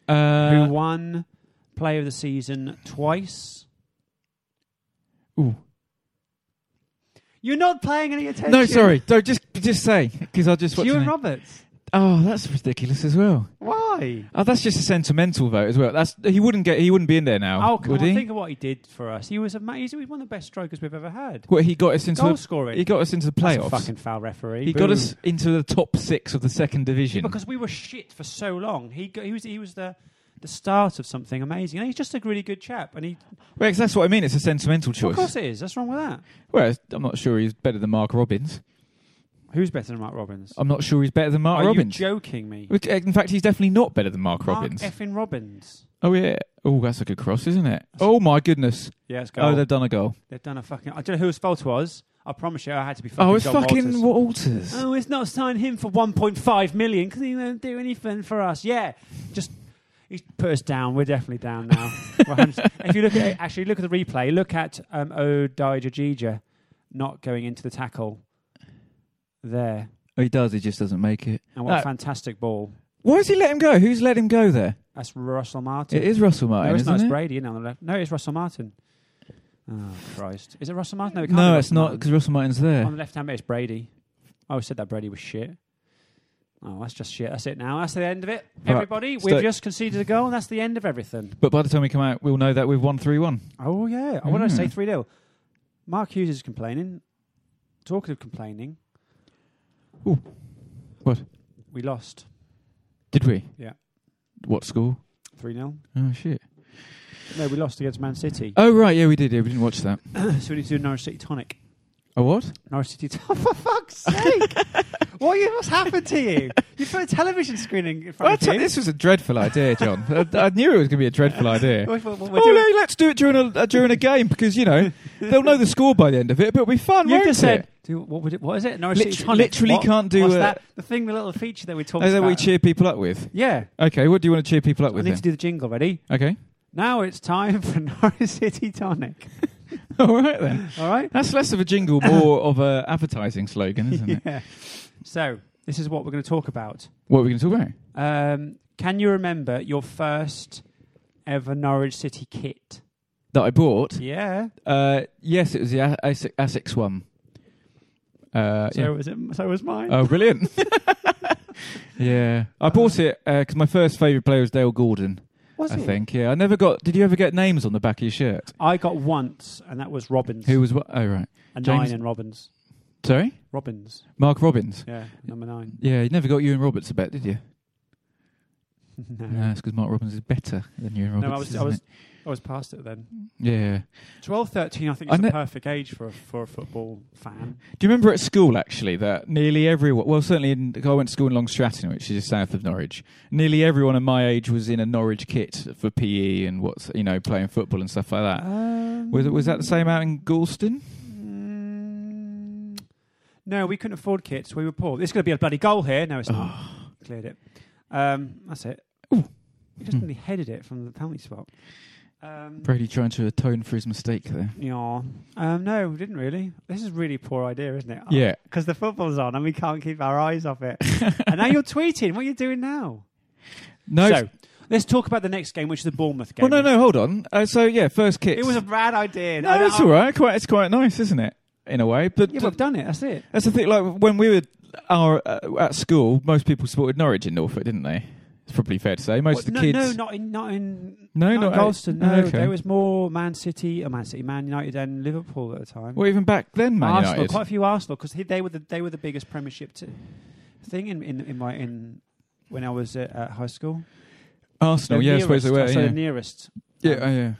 Speaker 2: Uh,
Speaker 1: Who won Player of the Season twice?
Speaker 2: ooh.
Speaker 1: You're not paying any attention.
Speaker 2: No, sorry. Don't just just say because I just.
Speaker 1: You
Speaker 2: what's
Speaker 1: and
Speaker 2: her name?
Speaker 1: Roberts.
Speaker 2: Oh, that's ridiculous as well.
Speaker 1: Why? Why?
Speaker 2: Oh, that's just a sentimental vote as well. That's he wouldn't get. He wouldn't be in there now.
Speaker 1: Oh, come
Speaker 2: would
Speaker 1: on,
Speaker 2: he?
Speaker 1: think of what he did for us. He was a ma- he's one of the best strikers we've ever had.
Speaker 2: Well, he got us into
Speaker 1: Goal
Speaker 2: the,
Speaker 1: scoring.
Speaker 2: He got us into the
Speaker 1: That's a
Speaker 2: playoffs.
Speaker 1: fucking foul referee.
Speaker 2: he got
Speaker 1: Boo.
Speaker 2: us into the top six of the second division.
Speaker 1: because we were shit for so long. He go, he was he was the the start of something amazing. And he's just a really good chap. And he,
Speaker 2: Well, 'cause that's what I mean. It's a sentimental
Speaker 1: of
Speaker 2: choice.
Speaker 1: course, it is. That's wrong with that.
Speaker 2: Whereas I'm not sure he's better than Mark Robbins.
Speaker 1: Who's better than Mark Robbins?
Speaker 2: I'm not sure he's better than Oh, Mark
Speaker 1: Are
Speaker 2: Robbins.
Speaker 1: you joking me?
Speaker 2: Which, uh, In fact, he's definitely not better than Mark, Robbins.
Speaker 1: Mark effing Robbins.
Speaker 2: oh yeah. Oh, that's a good cross, isn't it? Oh my goodness.
Speaker 1: Yeah, it's goal.
Speaker 2: Oh, they've done a goal.
Speaker 1: They've done a fucking. I don't know whose fault it was. I promise you, I had to be fucking.
Speaker 2: Oh, it's
Speaker 1: John
Speaker 2: fucking
Speaker 1: Walters.
Speaker 2: Walters.
Speaker 1: Oh, it's not sign him for 1.5 million because he won't do anything for us. Yeah, just he's put us down. We're definitely down now. We're hundreds- if you look at actually look at the replay, look at um, Odijajija not going into the tackle there,
Speaker 2: Oh, he does. He just doesn't make it.
Speaker 1: and what a
Speaker 2: No.
Speaker 1: fantastic ball!
Speaker 2: Why has he let him go? Who's let him go there?
Speaker 1: That's Russell Martin.
Speaker 2: It is Russell Martin,
Speaker 1: No, it's
Speaker 2: isn't
Speaker 1: not. It's
Speaker 2: it?
Speaker 1: Brady. Isn't it, on the left? No, it's Russell Martin. Oh Christ! Is it Russell Martin? No, it can't be
Speaker 2: No, it's
Speaker 1: Russell
Speaker 2: not
Speaker 1: Martin.
Speaker 2: because Russell Martin's
Speaker 1: On
Speaker 2: there.
Speaker 1: the left hand, it's Brady. Oh, I said that Brady was shit. Oh, that's just shit. That's it now. That's the end of it.
Speaker 2: Right.
Speaker 1: Everybody,
Speaker 2: So-
Speaker 1: we've just conceded a goal. That's the end of everything.
Speaker 2: But by the time we come out, we'll know that we've won three-one.
Speaker 1: Oh, yeah. I want to
Speaker 2: Mm.
Speaker 1: say 3 0. Mark Hughes is complaining. Talking of complaining,
Speaker 2: What?
Speaker 1: we lost
Speaker 2: Did we?
Speaker 1: Yeah.
Speaker 2: What score?
Speaker 1: 3 0.
Speaker 2: Oh shit.
Speaker 1: No, we lost against Man City.
Speaker 2: Oh right, yeah, we did. Yeah, we didn't watch that.
Speaker 1: so we need to do Norwich City tonic.
Speaker 2: Oh what?
Speaker 1: Norwich City tonic. Oh, For fuck's sake! what you, what's happened to you? You put a television screen in front
Speaker 2: Well, I
Speaker 1: of
Speaker 2: tell-
Speaker 1: you.
Speaker 2: this was a dreadful idea, John. I, I knew it was going to be a dreadful idea.
Speaker 1: What- what- what we're
Speaker 2: oh,
Speaker 1: doing-
Speaker 2: no, let's do it during a uh, during a game because you know they'll know the score by the end of it. But it'll be fun.
Speaker 1: You
Speaker 2: won't
Speaker 1: just
Speaker 2: it?
Speaker 1: said, do, what, would it, what is it? Norwich City
Speaker 2: Literally-
Speaker 1: tonic.
Speaker 2: literally
Speaker 1: What?
Speaker 2: can't do
Speaker 1: What's
Speaker 2: a-
Speaker 1: that? The thing, the little feature that we talked
Speaker 2: Oh, that
Speaker 1: about.
Speaker 2: we cheer people up with.
Speaker 1: Yeah.
Speaker 2: Okay, what do you want to cheer people up
Speaker 1: I
Speaker 2: with?
Speaker 1: need
Speaker 2: Then?
Speaker 1: to do the jingle. Ready?
Speaker 2: okay,
Speaker 1: Now it's time for Norwich City Tonic.
Speaker 2: all right then.
Speaker 1: All right?
Speaker 2: That's less of a jingle, more of a advertising slogan, isn't it?
Speaker 1: yeah. So, this is what we're going to talk about.
Speaker 2: What are we going to talk about?
Speaker 1: Um, can you remember your first ever Norwich City kit?
Speaker 2: That I bought.
Speaker 1: Yeah.
Speaker 2: Uh, yes, it was the A- Asics, Asics one. Uh,
Speaker 1: So
Speaker 2: yeah.
Speaker 1: was it? So was mine.
Speaker 2: Oh, brilliant! yeah, I bought it because my first favorite player was Dale Gordon.
Speaker 1: was
Speaker 2: I
Speaker 1: it?
Speaker 2: think. Yeah, I never got. Did you ever get names on the back of your shirt?
Speaker 1: I got once, and that was Robbins.
Speaker 2: Who was what? Oh, right.
Speaker 1: a
Speaker 2: James-
Speaker 1: nine in Robbins.
Speaker 2: Sorry,
Speaker 1: Robbins.
Speaker 2: Mark Robbins.
Speaker 1: Yeah, number nine.
Speaker 2: Yeah, you never got Ewan Roberts a bet, did you?
Speaker 1: no.
Speaker 2: No, it's because Mark Robbins is better than Ewan Roberts.
Speaker 1: No, I was, I
Speaker 2: isn't
Speaker 1: was,
Speaker 2: it?
Speaker 1: I was past it then.
Speaker 2: Yeah.
Speaker 1: 12, 13, I think
Speaker 2: I
Speaker 1: is the
Speaker 2: ne-
Speaker 1: perfect age for a, for a football fan.
Speaker 2: Do you remember at school actually that nearly everyone? Well, certainly in, I went to school in Long Stratton, which is just south of Norwich. Nearly everyone at my age was in a Norwich kit for PE and what's you know playing football and stuff like that.
Speaker 1: Um,
Speaker 2: Uh, Was was that the same out in Galston?
Speaker 1: Mm, No, we couldn't afford kits. We were poor. There's going to be a bloody goal here. No, it's not. Cleared it. Um, that's it. He
Speaker 2: Hmm.
Speaker 1: just really headed it from the penalty spot. Um,
Speaker 2: Brady trying to atone for his mistake there.
Speaker 1: yeah. Um, no, we didn't really. This is really poor idea, isn't it?
Speaker 2: Yeah.
Speaker 1: Because the football's on and we can't keep our eyes off it. and now you're tweeting. What are you doing now?
Speaker 2: No.
Speaker 1: So, let's talk about the next game, which is the Bournemouth game.
Speaker 2: well, no, no, hold on. Uh, so yeah, first kit.
Speaker 1: It was a bad idea. I
Speaker 2: No,
Speaker 1: don't-
Speaker 2: it's all right. Quite, it's quite nice, isn't it? In a way, but
Speaker 1: Yeah, we've done it. That's it.
Speaker 2: that's the thing. Like when we were our, uh, at school, most people supported Norwich in Norfolk, didn't they? It's probably fair to say most of the
Speaker 1: no,
Speaker 2: kids.
Speaker 1: no, not in, not in,
Speaker 2: No,
Speaker 1: not in
Speaker 2: not-
Speaker 1: Golston.
Speaker 2: oh,
Speaker 1: No,
Speaker 2: okay.
Speaker 1: there was more Man City, uh, Man City, Man United, and Liverpool at the time.
Speaker 2: Well, even back then, Man
Speaker 1: Arsenal,
Speaker 2: United.
Speaker 1: quite a few Arsenal because they were the they were the biggest Premiership t- thing in in, in my in when I was at, at high school.
Speaker 2: Arsenal,
Speaker 1: The
Speaker 2: yeah, I suppose they were.
Speaker 1: nearest- so
Speaker 2: Yeah,
Speaker 1: the nearest.
Speaker 2: yeah, oh, yeah.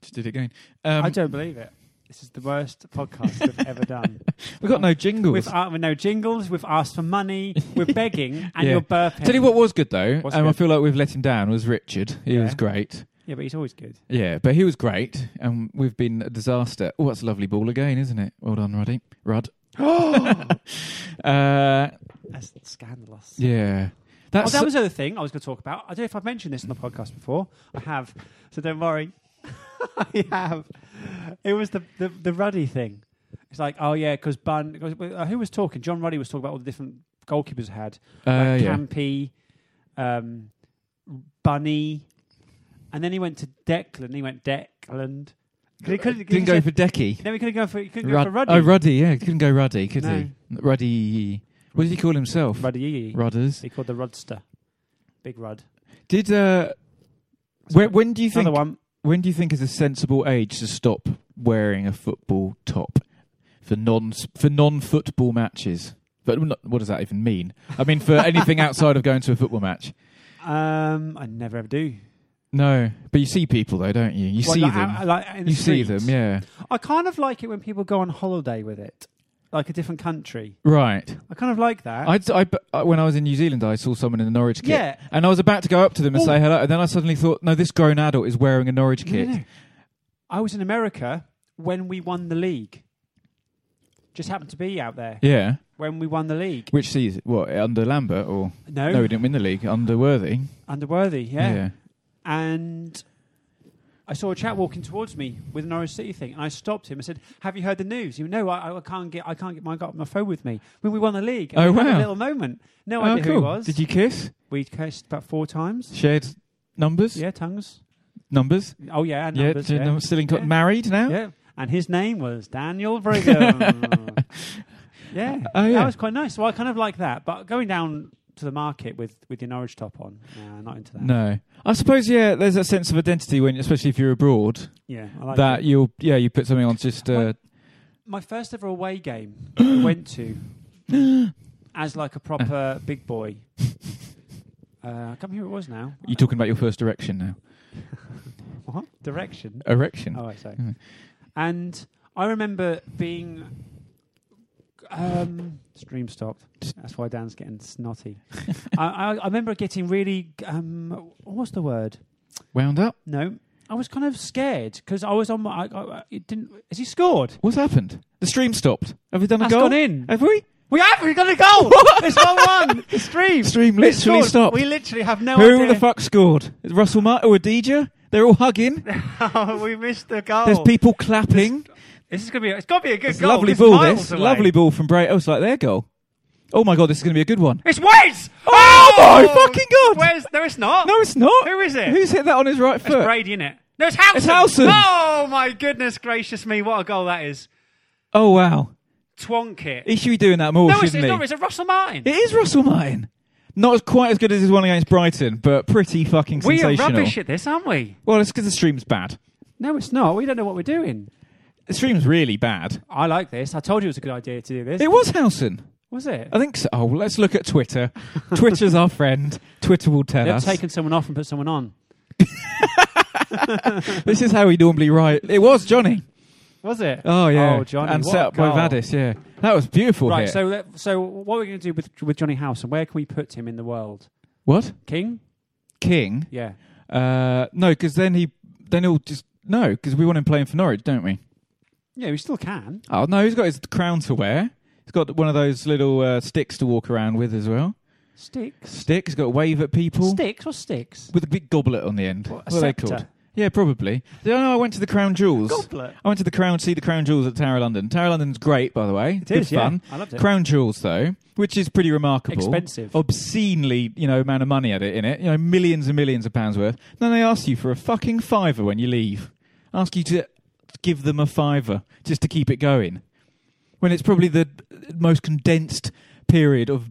Speaker 2: Just did it again. Um,
Speaker 1: I don't believe it. This is the worst podcast we've ever done.
Speaker 2: We've got no jingles.
Speaker 1: We've, uh, with no jingles. We've asked for money. We're begging, and
Speaker 2: Yeah.
Speaker 1: you're burping.
Speaker 2: Tell you what was good though, and
Speaker 1: What's
Speaker 2: I
Speaker 1: good?
Speaker 2: feel like we've let him down. Was Richard? He was
Speaker 1: Yeah.
Speaker 2: great.
Speaker 1: Yeah, but he's always good.
Speaker 2: Yeah, but he was great, and we've been a disaster. Oh, that's a lovely ball again, isn't it? Well done, Ruddy. Rudd. uh,
Speaker 1: That's scandalous.
Speaker 2: yeah. That's
Speaker 1: Oh, that was the other thing I was going to talk about. I don't know if I've mentioned this on the podcast before. I have, so don't worry. I have. It was the, the, the Ruddy thing. It's like, oh yeah, because Bun. 'cause, uh, who was talking? John Ruddy was talking about all the different goalkeepers had.
Speaker 2: Uh,
Speaker 1: like
Speaker 2: yeah.
Speaker 1: Campy, um, Bunny, and then he went to Declan. He went Declan. 'Cause He couldn't,
Speaker 2: didn't
Speaker 1: he
Speaker 2: go
Speaker 1: said-
Speaker 2: for Decky.
Speaker 1: No, he couldn't go for. He couldn't
Speaker 2: Rudd-
Speaker 1: go for Ruddy.
Speaker 2: Oh, Ruddy. Yeah, couldn't go Ruddy, could he?
Speaker 1: No.
Speaker 2: Ruddy. What did he call himself?
Speaker 1: Ruddy.
Speaker 2: Rudders.
Speaker 1: He called the Rudster. Big Rudd.
Speaker 2: Did uh, when, when do you think
Speaker 1: Another one.
Speaker 2: when do you think is a sensible age to stop wearing a football top for non for non football matches? But not- what does that even mean? I mean, for anything outside of going to a football match.
Speaker 1: Um, I never ever do.
Speaker 2: No, but you see people though, don't you? You
Speaker 1: Well,
Speaker 2: see
Speaker 1: like,
Speaker 2: them.
Speaker 1: out- like, in the
Speaker 2: you see them,
Speaker 1: streets.
Speaker 2: yeah.
Speaker 1: I kind of like it when people go on holiday with it, like a different country.
Speaker 2: Right.
Speaker 1: I kind of like that.
Speaker 2: I, I, I- when I was in New Zealand, I saw someone in a Norwich kit,
Speaker 1: Yeah.
Speaker 2: and I was about to go up to them and
Speaker 1: Well-
Speaker 2: say hello, and then I suddenly thought, no, this grown adult is wearing a Norwich
Speaker 1: No, no,
Speaker 2: kit.
Speaker 1: no. I was in America when we won the league. Just happened to be out there
Speaker 2: Yeah.
Speaker 1: when we won the league.
Speaker 2: Which sees what under Lambert or
Speaker 1: No,
Speaker 2: no, we didn't win the league under Worthy.
Speaker 1: Underworthy, yeah. And I saw a chap walking towards me with an Norwich City thing, and I stopped him. I said, "Have you heard the news?" He went, "No, I, I can't get. I can't get my got my phone with me when we won the league." And
Speaker 2: Oh,
Speaker 1: we had
Speaker 2: wow.
Speaker 1: A little moment. No
Speaker 2: oh,
Speaker 1: idea
Speaker 2: cool.
Speaker 1: who it was.
Speaker 2: Did you kiss?
Speaker 1: We cursed about four times.
Speaker 2: Shared numbers?
Speaker 1: Yeah, tongues.
Speaker 2: Numbers?
Speaker 1: Oh yeah, and
Speaker 2: Yeah,
Speaker 1: numbers.
Speaker 2: do you
Speaker 1: yeah.
Speaker 2: know- still in co-
Speaker 1: Yeah.
Speaker 2: married now?
Speaker 1: Yeah, and his name was Daniel Brigham. yeah.
Speaker 2: Oh, yeah.
Speaker 1: that was quite nice. So I kind of like that. But going down to the market with with your Norwich top on, nah, not into that.
Speaker 2: No. I suppose yeah, there's a sense of identity when especially if you're abroad
Speaker 1: Yeah, I like
Speaker 2: that
Speaker 1: it.
Speaker 2: you'll yeah, you put something on just uh,
Speaker 1: Well- My first ever away game I went to as like a proper big boy. Uh, I can't remember who it was now.
Speaker 2: you're talking about your first erection now.
Speaker 1: What direction?
Speaker 2: Erection.
Speaker 1: Oh, I see.
Speaker 2: Mm.
Speaker 1: And I remember being. Um, stream stopped. That's why Dan's getting snotty. I, I, I remember getting really. Um, what's the word?
Speaker 2: Wound up.
Speaker 1: No, I was kind of scared because I was on my. I, I, it didn't. Has he scored?
Speaker 2: What's happened? The stream stopped. Have we done a
Speaker 1: That's
Speaker 2: goal?
Speaker 1: gone in.
Speaker 2: Have we?
Speaker 1: We have. We've got a goal. it's one one. The stream.
Speaker 2: Stream
Speaker 1: It
Speaker 2: literally
Speaker 1: scored.
Speaker 2: stopped.
Speaker 1: We literally have no
Speaker 2: Who
Speaker 1: idea.
Speaker 2: the fuck scored? Is it Russell Martin or Adija? They're all hugging.
Speaker 3: Oh, we missed the goal.
Speaker 2: There's people clapping.
Speaker 3: This is gonna be. It's gotta be a good
Speaker 2: It's
Speaker 3: goal.
Speaker 2: lovely
Speaker 3: It's
Speaker 2: ball.
Speaker 3: miles
Speaker 2: This
Speaker 3: away.
Speaker 2: lovely ball from Bray. Oh, it's like their goal. Oh my god, this is going to be a good one.
Speaker 3: It's Wes.
Speaker 2: Oh, my fucking god!
Speaker 3: Where's no? It's not.
Speaker 2: No, it's not.
Speaker 3: Who is it?
Speaker 2: Who's hit that on his right
Speaker 3: It's
Speaker 2: foot?
Speaker 3: Brady, is it? No, it's Housen.
Speaker 2: It's Housen.
Speaker 3: Oh my goodness gracious me! What a goal that is.
Speaker 2: Oh wow,
Speaker 3: Twonk it.
Speaker 2: he should be doing that more,
Speaker 3: no, it's,
Speaker 2: shouldn't
Speaker 3: it's
Speaker 2: he?
Speaker 3: not. It's a Russell Martin.
Speaker 2: It is Russell Martin. Not as quite as good as his one against Brighton, but pretty fucking
Speaker 3: we are
Speaker 2: sensational.
Speaker 3: rubbish at this, aren't we?
Speaker 2: Well, it's because the stream's bad.
Speaker 1: No, it's not. We don't know what we're doing.
Speaker 2: The stream's really bad.
Speaker 1: I like this. I told you it was a good idea to do this.
Speaker 2: It was Housen.
Speaker 1: was it?
Speaker 2: I think so. Oh, well, let's look at Twitter. Twitter's our friend. Twitter will tell
Speaker 1: They've
Speaker 2: us.
Speaker 1: taken someone off and put someone on.
Speaker 2: This is how we normally write. It was Johnny.
Speaker 1: Was it?
Speaker 2: Oh yeah.
Speaker 1: Oh, Johnny.
Speaker 2: and
Speaker 1: what
Speaker 2: set
Speaker 1: a
Speaker 2: up by
Speaker 1: goal.
Speaker 2: Vadis. Yeah, that was beautiful.
Speaker 1: Right.
Speaker 2: hit.
Speaker 1: So, that, so what we're going to do with with Johnny House and where can we put him in the world?
Speaker 2: what
Speaker 1: King?
Speaker 2: King?
Speaker 1: Yeah.
Speaker 2: Uh, no, because then he then he'll just no, because we want him playing for Norwich, don't we?
Speaker 1: Yeah, we still can.
Speaker 2: Oh no, he's got his crown to wear. He's got one of those little uh, sticks to walk around with as well.
Speaker 1: Sticks.
Speaker 2: Stick. He's got to wave at people
Speaker 1: Sticks or sticks?
Speaker 2: with a big goblet on the end.
Speaker 1: What, a
Speaker 2: what are they
Speaker 1: scepter?
Speaker 2: called? Yeah, probably. oh, No, no, I went to the Crown Jewels.
Speaker 1: Goblet.
Speaker 2: I went to the Crown, see the Crown Jewels at Tower of London. Tower of London's great, by the way. It Good
Speaker 1: is, yeah.
Speaker 2: fun.
Speaker 1: I loved it.
Speaker 2: Crown Jewels, though, which is pretty remarkable.
Speaker 1: Expensive.
Speaker 2: Obscenely, you know, amount of money at it in it. You know, millions and millions of pounds worth. Then they ask you for a fucking fiver when you leave. Ask you to give them a fiver just to keep it going. When it's probably the most condensed period of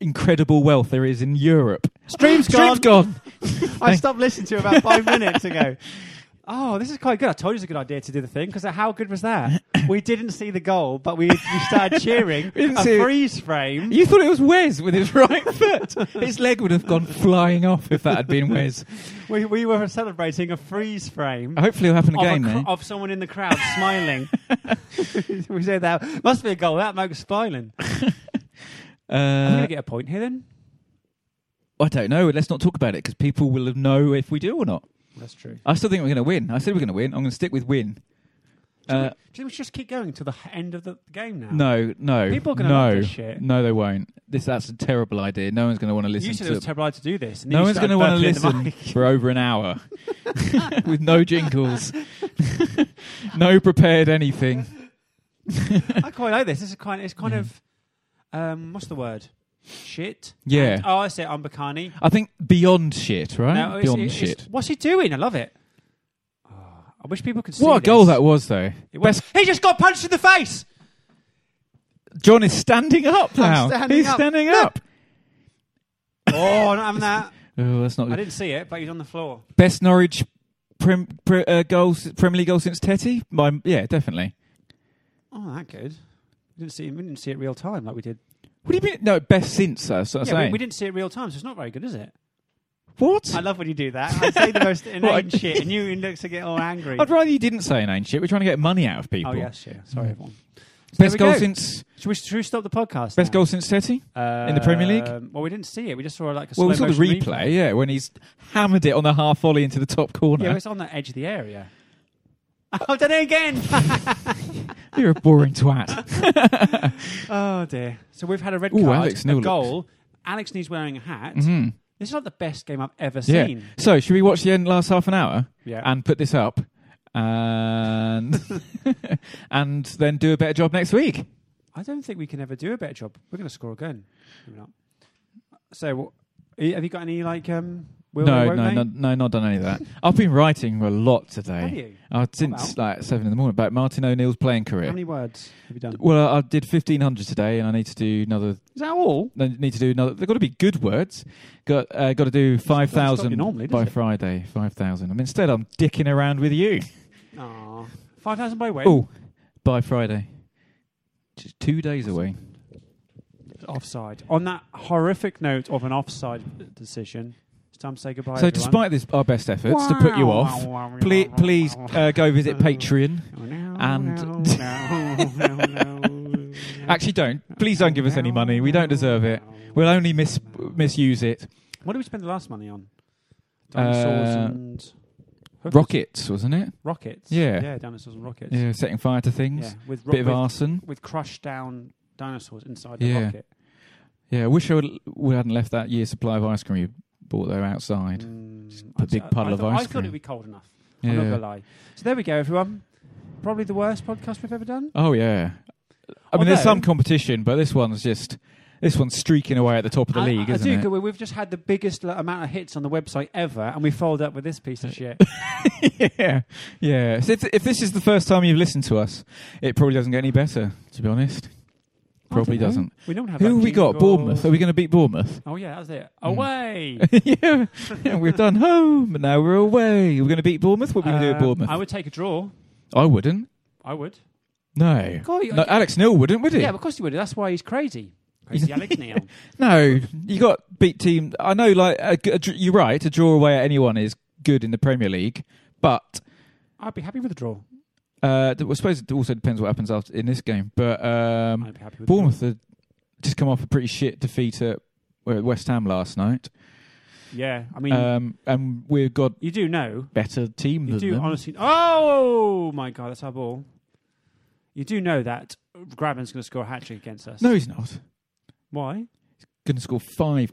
Speaker 2: incredible wealth there is in Europe.
Speaker 1: Stream's
Speaker 2: Stream's gone.
Speaker 1: I stopped listening to it about five minutes ago. Oh, this is quite good. I told you it's a good idea to do the thing because how good was that? We didn't see the goal, but we, we started cheering.
Speaker 2: We didn't
Speaker 1: a
Speaker 2: see it.
Speaker 1: freeze frame.
Speaker 2: You thought it was Wes with his right foot. His leg would have gone flying off if that had been Wes.
Speaker 1: We, we were celebrating a freeze frame.
Speaker 2: Hopefully, it'll happen
Speaker 1: of, a
Speaker 2: again.
Speaker 1: cr-
Speaker 2: though.
Speaker 1: of someone in the crowd smiling. we said that must be a goal. That moke's smiling. I'm
Speaker 2: Uh,
Speaker 1: gonna get a point here then.
Speaker 2: I don't know. Let's not talk about it because people will know if we do or not.
Speaker 1: That's true.
Speaker 2: I still think we're going to win. I said we're going to win. I'm going to stick with win.
Speaker 1: Do
Speaker 2: Uh,
Speaker 1: you think we should just keep going to the h- end of the game now?
Speaker 2: no, no,
Speaker 1: People are gonna
Speaker 2: no,
Speaker 1: love this shit.
Speaker 2: no, they won't. This that's a terrible idea. No one's going to want to listen
Speaker 1: You said
Speaker 2: to
Speaker 1: it was terrible to do this. and
Speaker 2: No
Speaker 1: you
Speaker 2: one's going
Speaker 1: started
Speaker 2: to want to
Speaker 1: burping in the
Speaker 2: listen
Speaker 1: mic.
Speaker 2: for over an hour with no jingles, no prepared anything.
Speaker 1: I quite like this. This is kind. It's kind of. Um, what's the word? Shit.
Speaker 2: Yeah.
Speaker 1: And- oh, I see. I'm Bacani.
Speaker 2: I think beyond shit, right?
Speaker 1: No, it's-
Speaker 2: beyond
Speaker 1: it's-
Speaker 2: shit.
Speaker 1: it's- What's he doing? I love it. Oh, I wish people could see
Speaker 2: What a
Speaker 1: this.
Speaker 2: goal that was, though.
Speaker 1: It was- He just got punched in the face.
Speaker 2: John is standing up now.
Speaker 1: standing
Speaker 2: He's
Speaker 1: up.
Speaker 2: standing
Speaker 1: Look.
Speaker 2: up.
Speaker 1: Oh, not having that.
Speaker 2: Oh, that's not
Speaker 1: I
Speaker 2: good.
Speaker 1: didn't see it, but he's on the floor.
Speaker 2: Best Norwich prim, pr uh, goals, Premier League goal since Tetty? My, yeah, definitely.
Speaker 1: Oh, that good. We didn't see him. We didn't see it real time like we did.
Speaker 2: What do you mean? No, best since, uh, so I'm
Speaker 1: yeah,
Speaker 2: saying.
Speaker 1: we, we didn't see it real time, so it's not very good, is it?
Speaker 2: what?
Speaker 1: I love when you do that. I say the most inane
Speaker 2: What?
Speaker 1: shit, and you look to get all angry.
Speaker 2: I'd rather you didn't say an ancient. We're trying to get money out of people.
Speaker 1: Oh yes, yeah. Sorry, everyone.
Speaker 2: Best
Speaker 1: There we
Speaker 2: goal
Speaker 1: go.
Speaker 2: since
Speaker 1: Should we, should we stop the podcast?
Speaker 2: best
Speaker 1: now?
Speaker 2: goal since Tetty. in the Premier League?
Speaker 1: Um, Well, we didn't see it. We just saw like a.
Speaker 2: Well, we saw
Speaker 1: slow
Speaker 2: the replay,
Speaker 1: motion replay.
Speaker 2: yeah, when he's hammered it on the half volley into the top corner.
Speaker 1: Yeah, it's on the edge of the area. I've done it again.
Speaker 2: You're a boring twat.
Speaker 1: oh dear. So we've had a red
Speaker 2: Ooh,
Speaker 1: card,
Speaker 2: Alex
Speaker 1: a
Speaker 2: Neil Mm-hmm.
Speaker 1: goal. Alex Neil's wearing a hat. This is not the best game I've ever
Speaker 2: yeah.
Speaker 1: seen.
Speaker 2: So, should we watch the end last half an hour
Speaker 1: Yeah.
Speaker 2: and put this up, and and then do a better job next week?
Speaker 1: I don't think we can ever do a better job. We're going to score again. Maybe not. So, wh- have you got any like? Um, will they,
Speaker 2: no,
Speaker 1: won't
Speaker 2: no,
Speaker 1: they?
Speaker 2: no, no, not done any of that. I've been writing a lot today.
Speaker 1: Have you?
Speaker 2: Uh, since like seven in the morning about Martin O'Neill's playing
Speaker 1: How
Speaker 2: career.
Speaker 1: many words have you done?
Speaker 2: Well, I I did fifteen hundred today, and I need to do another.
Speaker 1: Is that all?
Speaker 2: I need to do another. They've got to be good words. Got uh, got to do five
Speaker 1: stop you
Speaker 2: thousand
Speaker 1: normally, does
Speaker 2: by
Speaker 1: it?
Speaker 2: Friday. Five thousand. And instead, I'm dicking around with you.
Speaker 1: Aw. Five thousand by weight.
Speaker 2: Oh, by Friday, just two days away.
Speaker 1: Offside. On that horrific note of an offside decision, it's time to say goodbye.
Speaker 2: So,
Speaker 1: everyone.
Speaker 2: despite this, our best efforts to put you off, ple- please uh, go visit Patreon.
Speaker 1: Oh, no,
Speaker 2: and-
Speaker 1: no, no, no, no.
Speaker 2: Actually, don't. Please don't give us any money. We don't deserve it. We'll only mis- misuse it.
Speaker 1: What did we spend the last money on? Dinosaurs
Speaker 2: Uh,
Speaker 1: and hookers?
Speaker 2: Rockets, wasn't it?
Speaker 1: rockets.
Speaker 2: Yeah.
Speaker 1: yeah, dinosaurs and rockets.
Speaker 2: Yeah, setting fire to things.
Speaker 1: Yeah, with ro-
Speaker 2: Bit of
Speaker 1: with-
Speaker 2: arson.
Speaker 1: with crushed down dinosaurs inside the
Speaker 2: Yeah.
Speaker 1: rocket.
Speaker 2: Yeah, I wish I would, we hadn't left that year's supply of ice cream you bought there outside. a
Speaker 1: I'd
Speaker 2: big
Speaker 1: say-
Speaker 2: puddle
Speaker 1: Mm. I
Speaker 2: of
Speaker 1: thought-
Speaker 2: ice
Speaker 1: I thought
Speaker 2: cream.
Speaker 1: it'd be cold enough. I'm Mm. not
Speaker 2: Yeah.
Speaker 1: gonna lie. So there we go, everyone. Probably the worst podcast we've ever done.
Speaker 2: Oh yeah. I mean, there's
Speaker 1: Although-
Speaker 2: some competition, but this one's just this one's streaking away at the top of the
Speaker 1: I-
Speaker 2: league,
Speaker 1: I,
Speaker 2: isn't
Speaker 1: do.
Speaker 2: it?
Speaker 1: agree, we- We've just had the biggest like, amount of hits on the website ever, and we followed up with this piece
Speaker 2: Uh,
Speaker 1: of shit.
Speaker 2: yeah, yeah. So if if this is the first time you've listened to us, it probably doesn't get any better. To be honest, probably
Speaker 1: know.
Speaker 2: doesn't.
Speaker 1: We don't have
Speaker 2: Who
Speaker 1: like,
Speaker 2: have we got?
Speaker 1: jingles.
Speaker 2: Bournemouth. Are we Hmm. going to beat Bournemouth?
Speaker 1: Oh yeah, that's it. Away.
Speaker 2: yeah, yeah, we've done home, but now we're away. We're going to beat Bournemouth. What are we going to do at
Speaker 1: Um,
Speaker 2: Bournemouth?
Speaker 1: I would take a draw.
Speaker 2: I wouldn't.
Speaker 1: I would.
Speaker 2: No.
Speaker 1: God, you-
Speaker 2: no Alex Neil wouldn't, would he?
Speaker 1: Yeah, of course you would. That's why he's crazy. Crazy Alex Neil.
Speaker 2: No, you got beat team. I know, like a, g- a dr- you're right. To draw away at anyone is good in the Premier League, but
Speaker 1: I'd be happy with a draw.
Speaker 2: uh, th- I suppose it also depends what happens after in this game. But um,
Speaker 1: I'd be happy with a draw.
Speaker 2: Bournemouth had just come off a pretty shit defeat at well, West Ham last night,
Speaker 1: Yeah, I mean,
Speaker 2: um, and we've got
Speaker 1: you do know.
Speaker 2: better team
Speaker 1: You
Speaker 2: than
Speaker 1: do
Speaker 2: them.
Speaker 1: honestly. Oh my god, that's our ball. You do know that Graben's going to score a hat trick against us.
Speaker 2: no, he's not.
Speaker 1: Why?
Speaker 2: Going to score five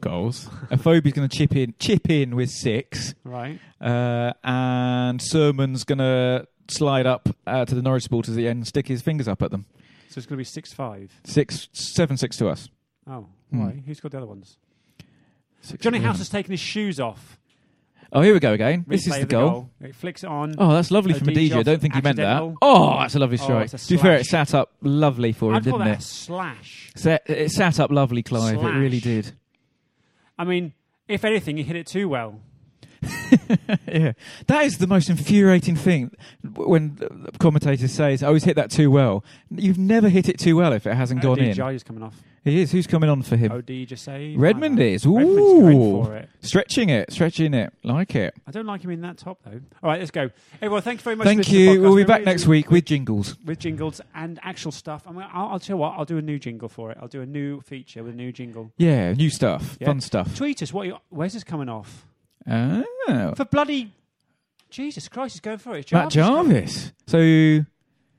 Speaker 2: goals. Afobi's going to chip in, chip in with six.
Speaker 1: Right.
Speaker 2: Uh, and Sermon's going to slide up uh, to the Norwich supporters at the end and stick his fingers up at them.
Speaker 1: So it's going to be six five.
Speaker 2: Six, seven, six to us.
Speaker 1: Oh,
Speaker 2: Hmm.
Speaker 1: why? Who's got the other ones?
Speaker 2: Six
Speaker 1: Johnny
Speaker 2: to
Speaker 1: House
Speaker 2: them.
Speaker 1: has taken his shoes off.
Speaker 2: Oh, here we go again. This
Speaker 1: Replay
Speaker 2: is the
Speaker 1: of
Speaker 2: goal.
Speaker 1: It flicks it on.
Speaker 2: Oh, that's lovely from
Speaker 1: Adija
Speaker 2: Adija. I don't think he meant that.
Speaker 1: accidental.
Speaker 2: Oh, that's a lovely
Speaker 1: Oh,
Speaker 2: strike.
Speaker 1: it's a
Speaker 2: to be fair, it
Speaker 1: slash.
Speaker 2: sat up lovely for him,
Speaker 1: I'd call
Speaker 2: didn't
Speaker 1: that a
Speaker 2: it?
Speaker 1: slash.
Speaker 2: Sa- It sat up lovely, Clive. It really
Speaker 1: Slash.
Speaker 2: did.
Speaker 1: I mean, if anything, he hit it too well.
Speaker 2: yeah, that is the most infuriating thing w- when uh, commentators say, "I always hit that too well." You've never hit it too well if it hasn't
Speaker 1: Oh,
Speaker 2: gone in.
Speaker 1: ODJ is coming off.
Speaker 2: He is. Who's coming on for him?
Speaker 1: OD just saved.
Speaker 2: Redmond
Speaker 1: Oh, Like that.
Speaker 2: is.
Speaker 1: Redmond's going
Speaker 2: Ooh.
Speaker 1: for it.
Speaker 2: Stretching it, stretching it, like it.
Speaker 1: I don't like him in that top though. All right, let's go. Everyone, thank you very much. for
Speaker 2: Thank
Speaker 1: listening to the
Speaker 2: you. We'll
Speaker 1: podcast.
Speaker 2: be
Speaker 1: We
Speaker 2: back
Speaker 1: really
Speaker 2: next
Speaker 1: do-
Speaker 2: week with jingles.
Speaker 1: with jingles and actual stuff. I'm gonna, I'll, I'll tell you what. I'll do a new jingle for it. I'll do a new feature with a new jingle.
Speaker 2: Yeah, new stuff,
Speaker 1: Yeah.
Speaker 2: fun stuff.
Speaker 1: Tweet us. What? Are you, where's this coming off?
Speaker 2: Oh,
Speaker 1: For bloody Jesus Christ, he's going for it.
Speaker 2: Matt
Speaker 1: Jarvis is going-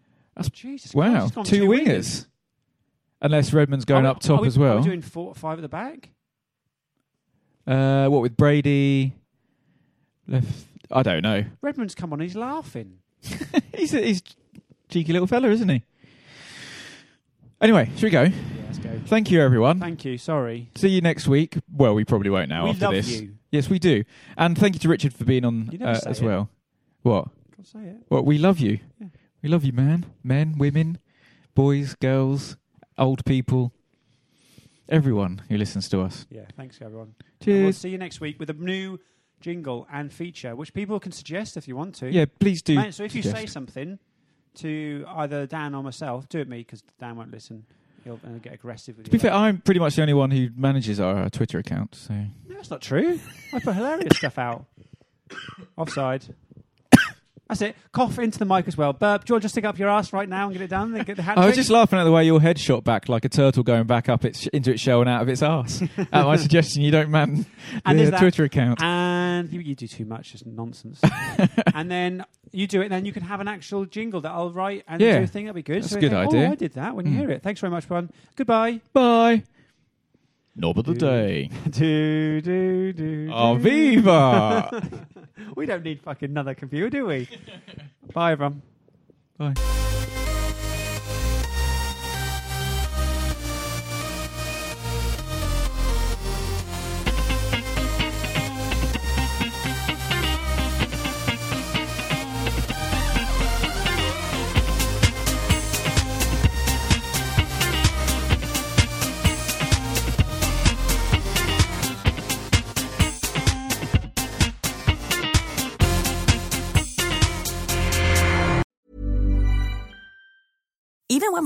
Speaker 2: Jarvis. So
Speaker 1: Jesus. Christ,
Speaker 2: wow,
Speaker 1: he's gone
Speaker 2: two
Speaker 1: two
Speaker 2: wingers. Unless Redmond's going
Speaker 1: Are we-
Speaker 2: up top
Speaker 1: are we-
Speaker 2: as
Speaker 1: Are we
Speaker 2: well.
Speaker 1: doing four, five at the back.
Speaker 2: uh, what with Brady? Left. I don't know.
Speaker 1: Redmond's come on. He's laughing.
Speaker 2: He's a, he's cheeky little fella, isn't he? Anyway, should we go?
Speaker 1: Yeah, let's go.
Speaker 2: Thank you, everyone.
Speaker 1: Thank you. Sorry.
Speaker 2: See you next week. Well, we probably won't now
Speaker 1: we
Speaker 2: after
Speaker 1: love
Speaker 2: this.
Speaker 1: you.
Speaker 2: Yes, we do. And thank you to Richard for being on
Speaker 1: You never
Speaker 2: uh,
Speaker 1: say
Speaker 2: as
Speaker 1: it.
Speaker 2: well. What?
Speaker 1: God, say it.
Speaker 2: What? We love you.
Speaker 1: Yeah.
Speaker 2: We love you, man. Men, women, boys, girls, old people. everyone who listens to us.
Speaker 1: Yeah, thanks everyone. And we'll
Speaker 2: Cheers.
Speaker 1: see you next week with a new jingle and feature, which people can suggest if you want to.
Speaker 2: Yeah, please do.
Speaker 1: Man, so if you say
Speaker 2: suggest.
Speaker 1: something to either Dan or myself, do it me because Dan won't listen. He'll uh, get aggressive with
Speaker 2: to
Speaker 1: you.
Speaker 2: be fair, I'm pretty much the only one who manages our, uh Twitter account. So
Speaker 1: no, that's not true. I put hilarious stuff out. Offside. That's it. Cough into the mic as well. Burp. Do you want to just stick up your ass right now and get it done? Then get the hat
Speaker 2: I was
Speaker 1: trick?
Speaker 2: just laughing at the way your head shot back like a turtle going back up its into its shell and out of its ass. at my suggestion, you don't man
Speaker 1: And
Speaker 2: the
Speaker 1: there's that.
Speaker 2: Twitter account.
Speaker 1: And you, you do too much, just nonsense. and then you do it, and then you can have an actual jingle that I'll write and
Speaker 2: Yeah.
Speaker 1: do a thing. That'd be good.
Speaker 2: That's
Speaker 1: So we
Speaker 2: a good
Speaker 1: think,
Speaker 2: idea. Hmm.
Speaker 1: Oh, I did that when you hear it. Thanks very much, everyone. Goodbye.
Speaker 2: Bye. Knob of the day.
Speaker 1: do, do, do, do.
Speaker 2: Aviva.
Speaker 1: We don't need fucking another computer, do we? Bye, everyone.
Speaker 2: Bye.
Speaker 10: Even when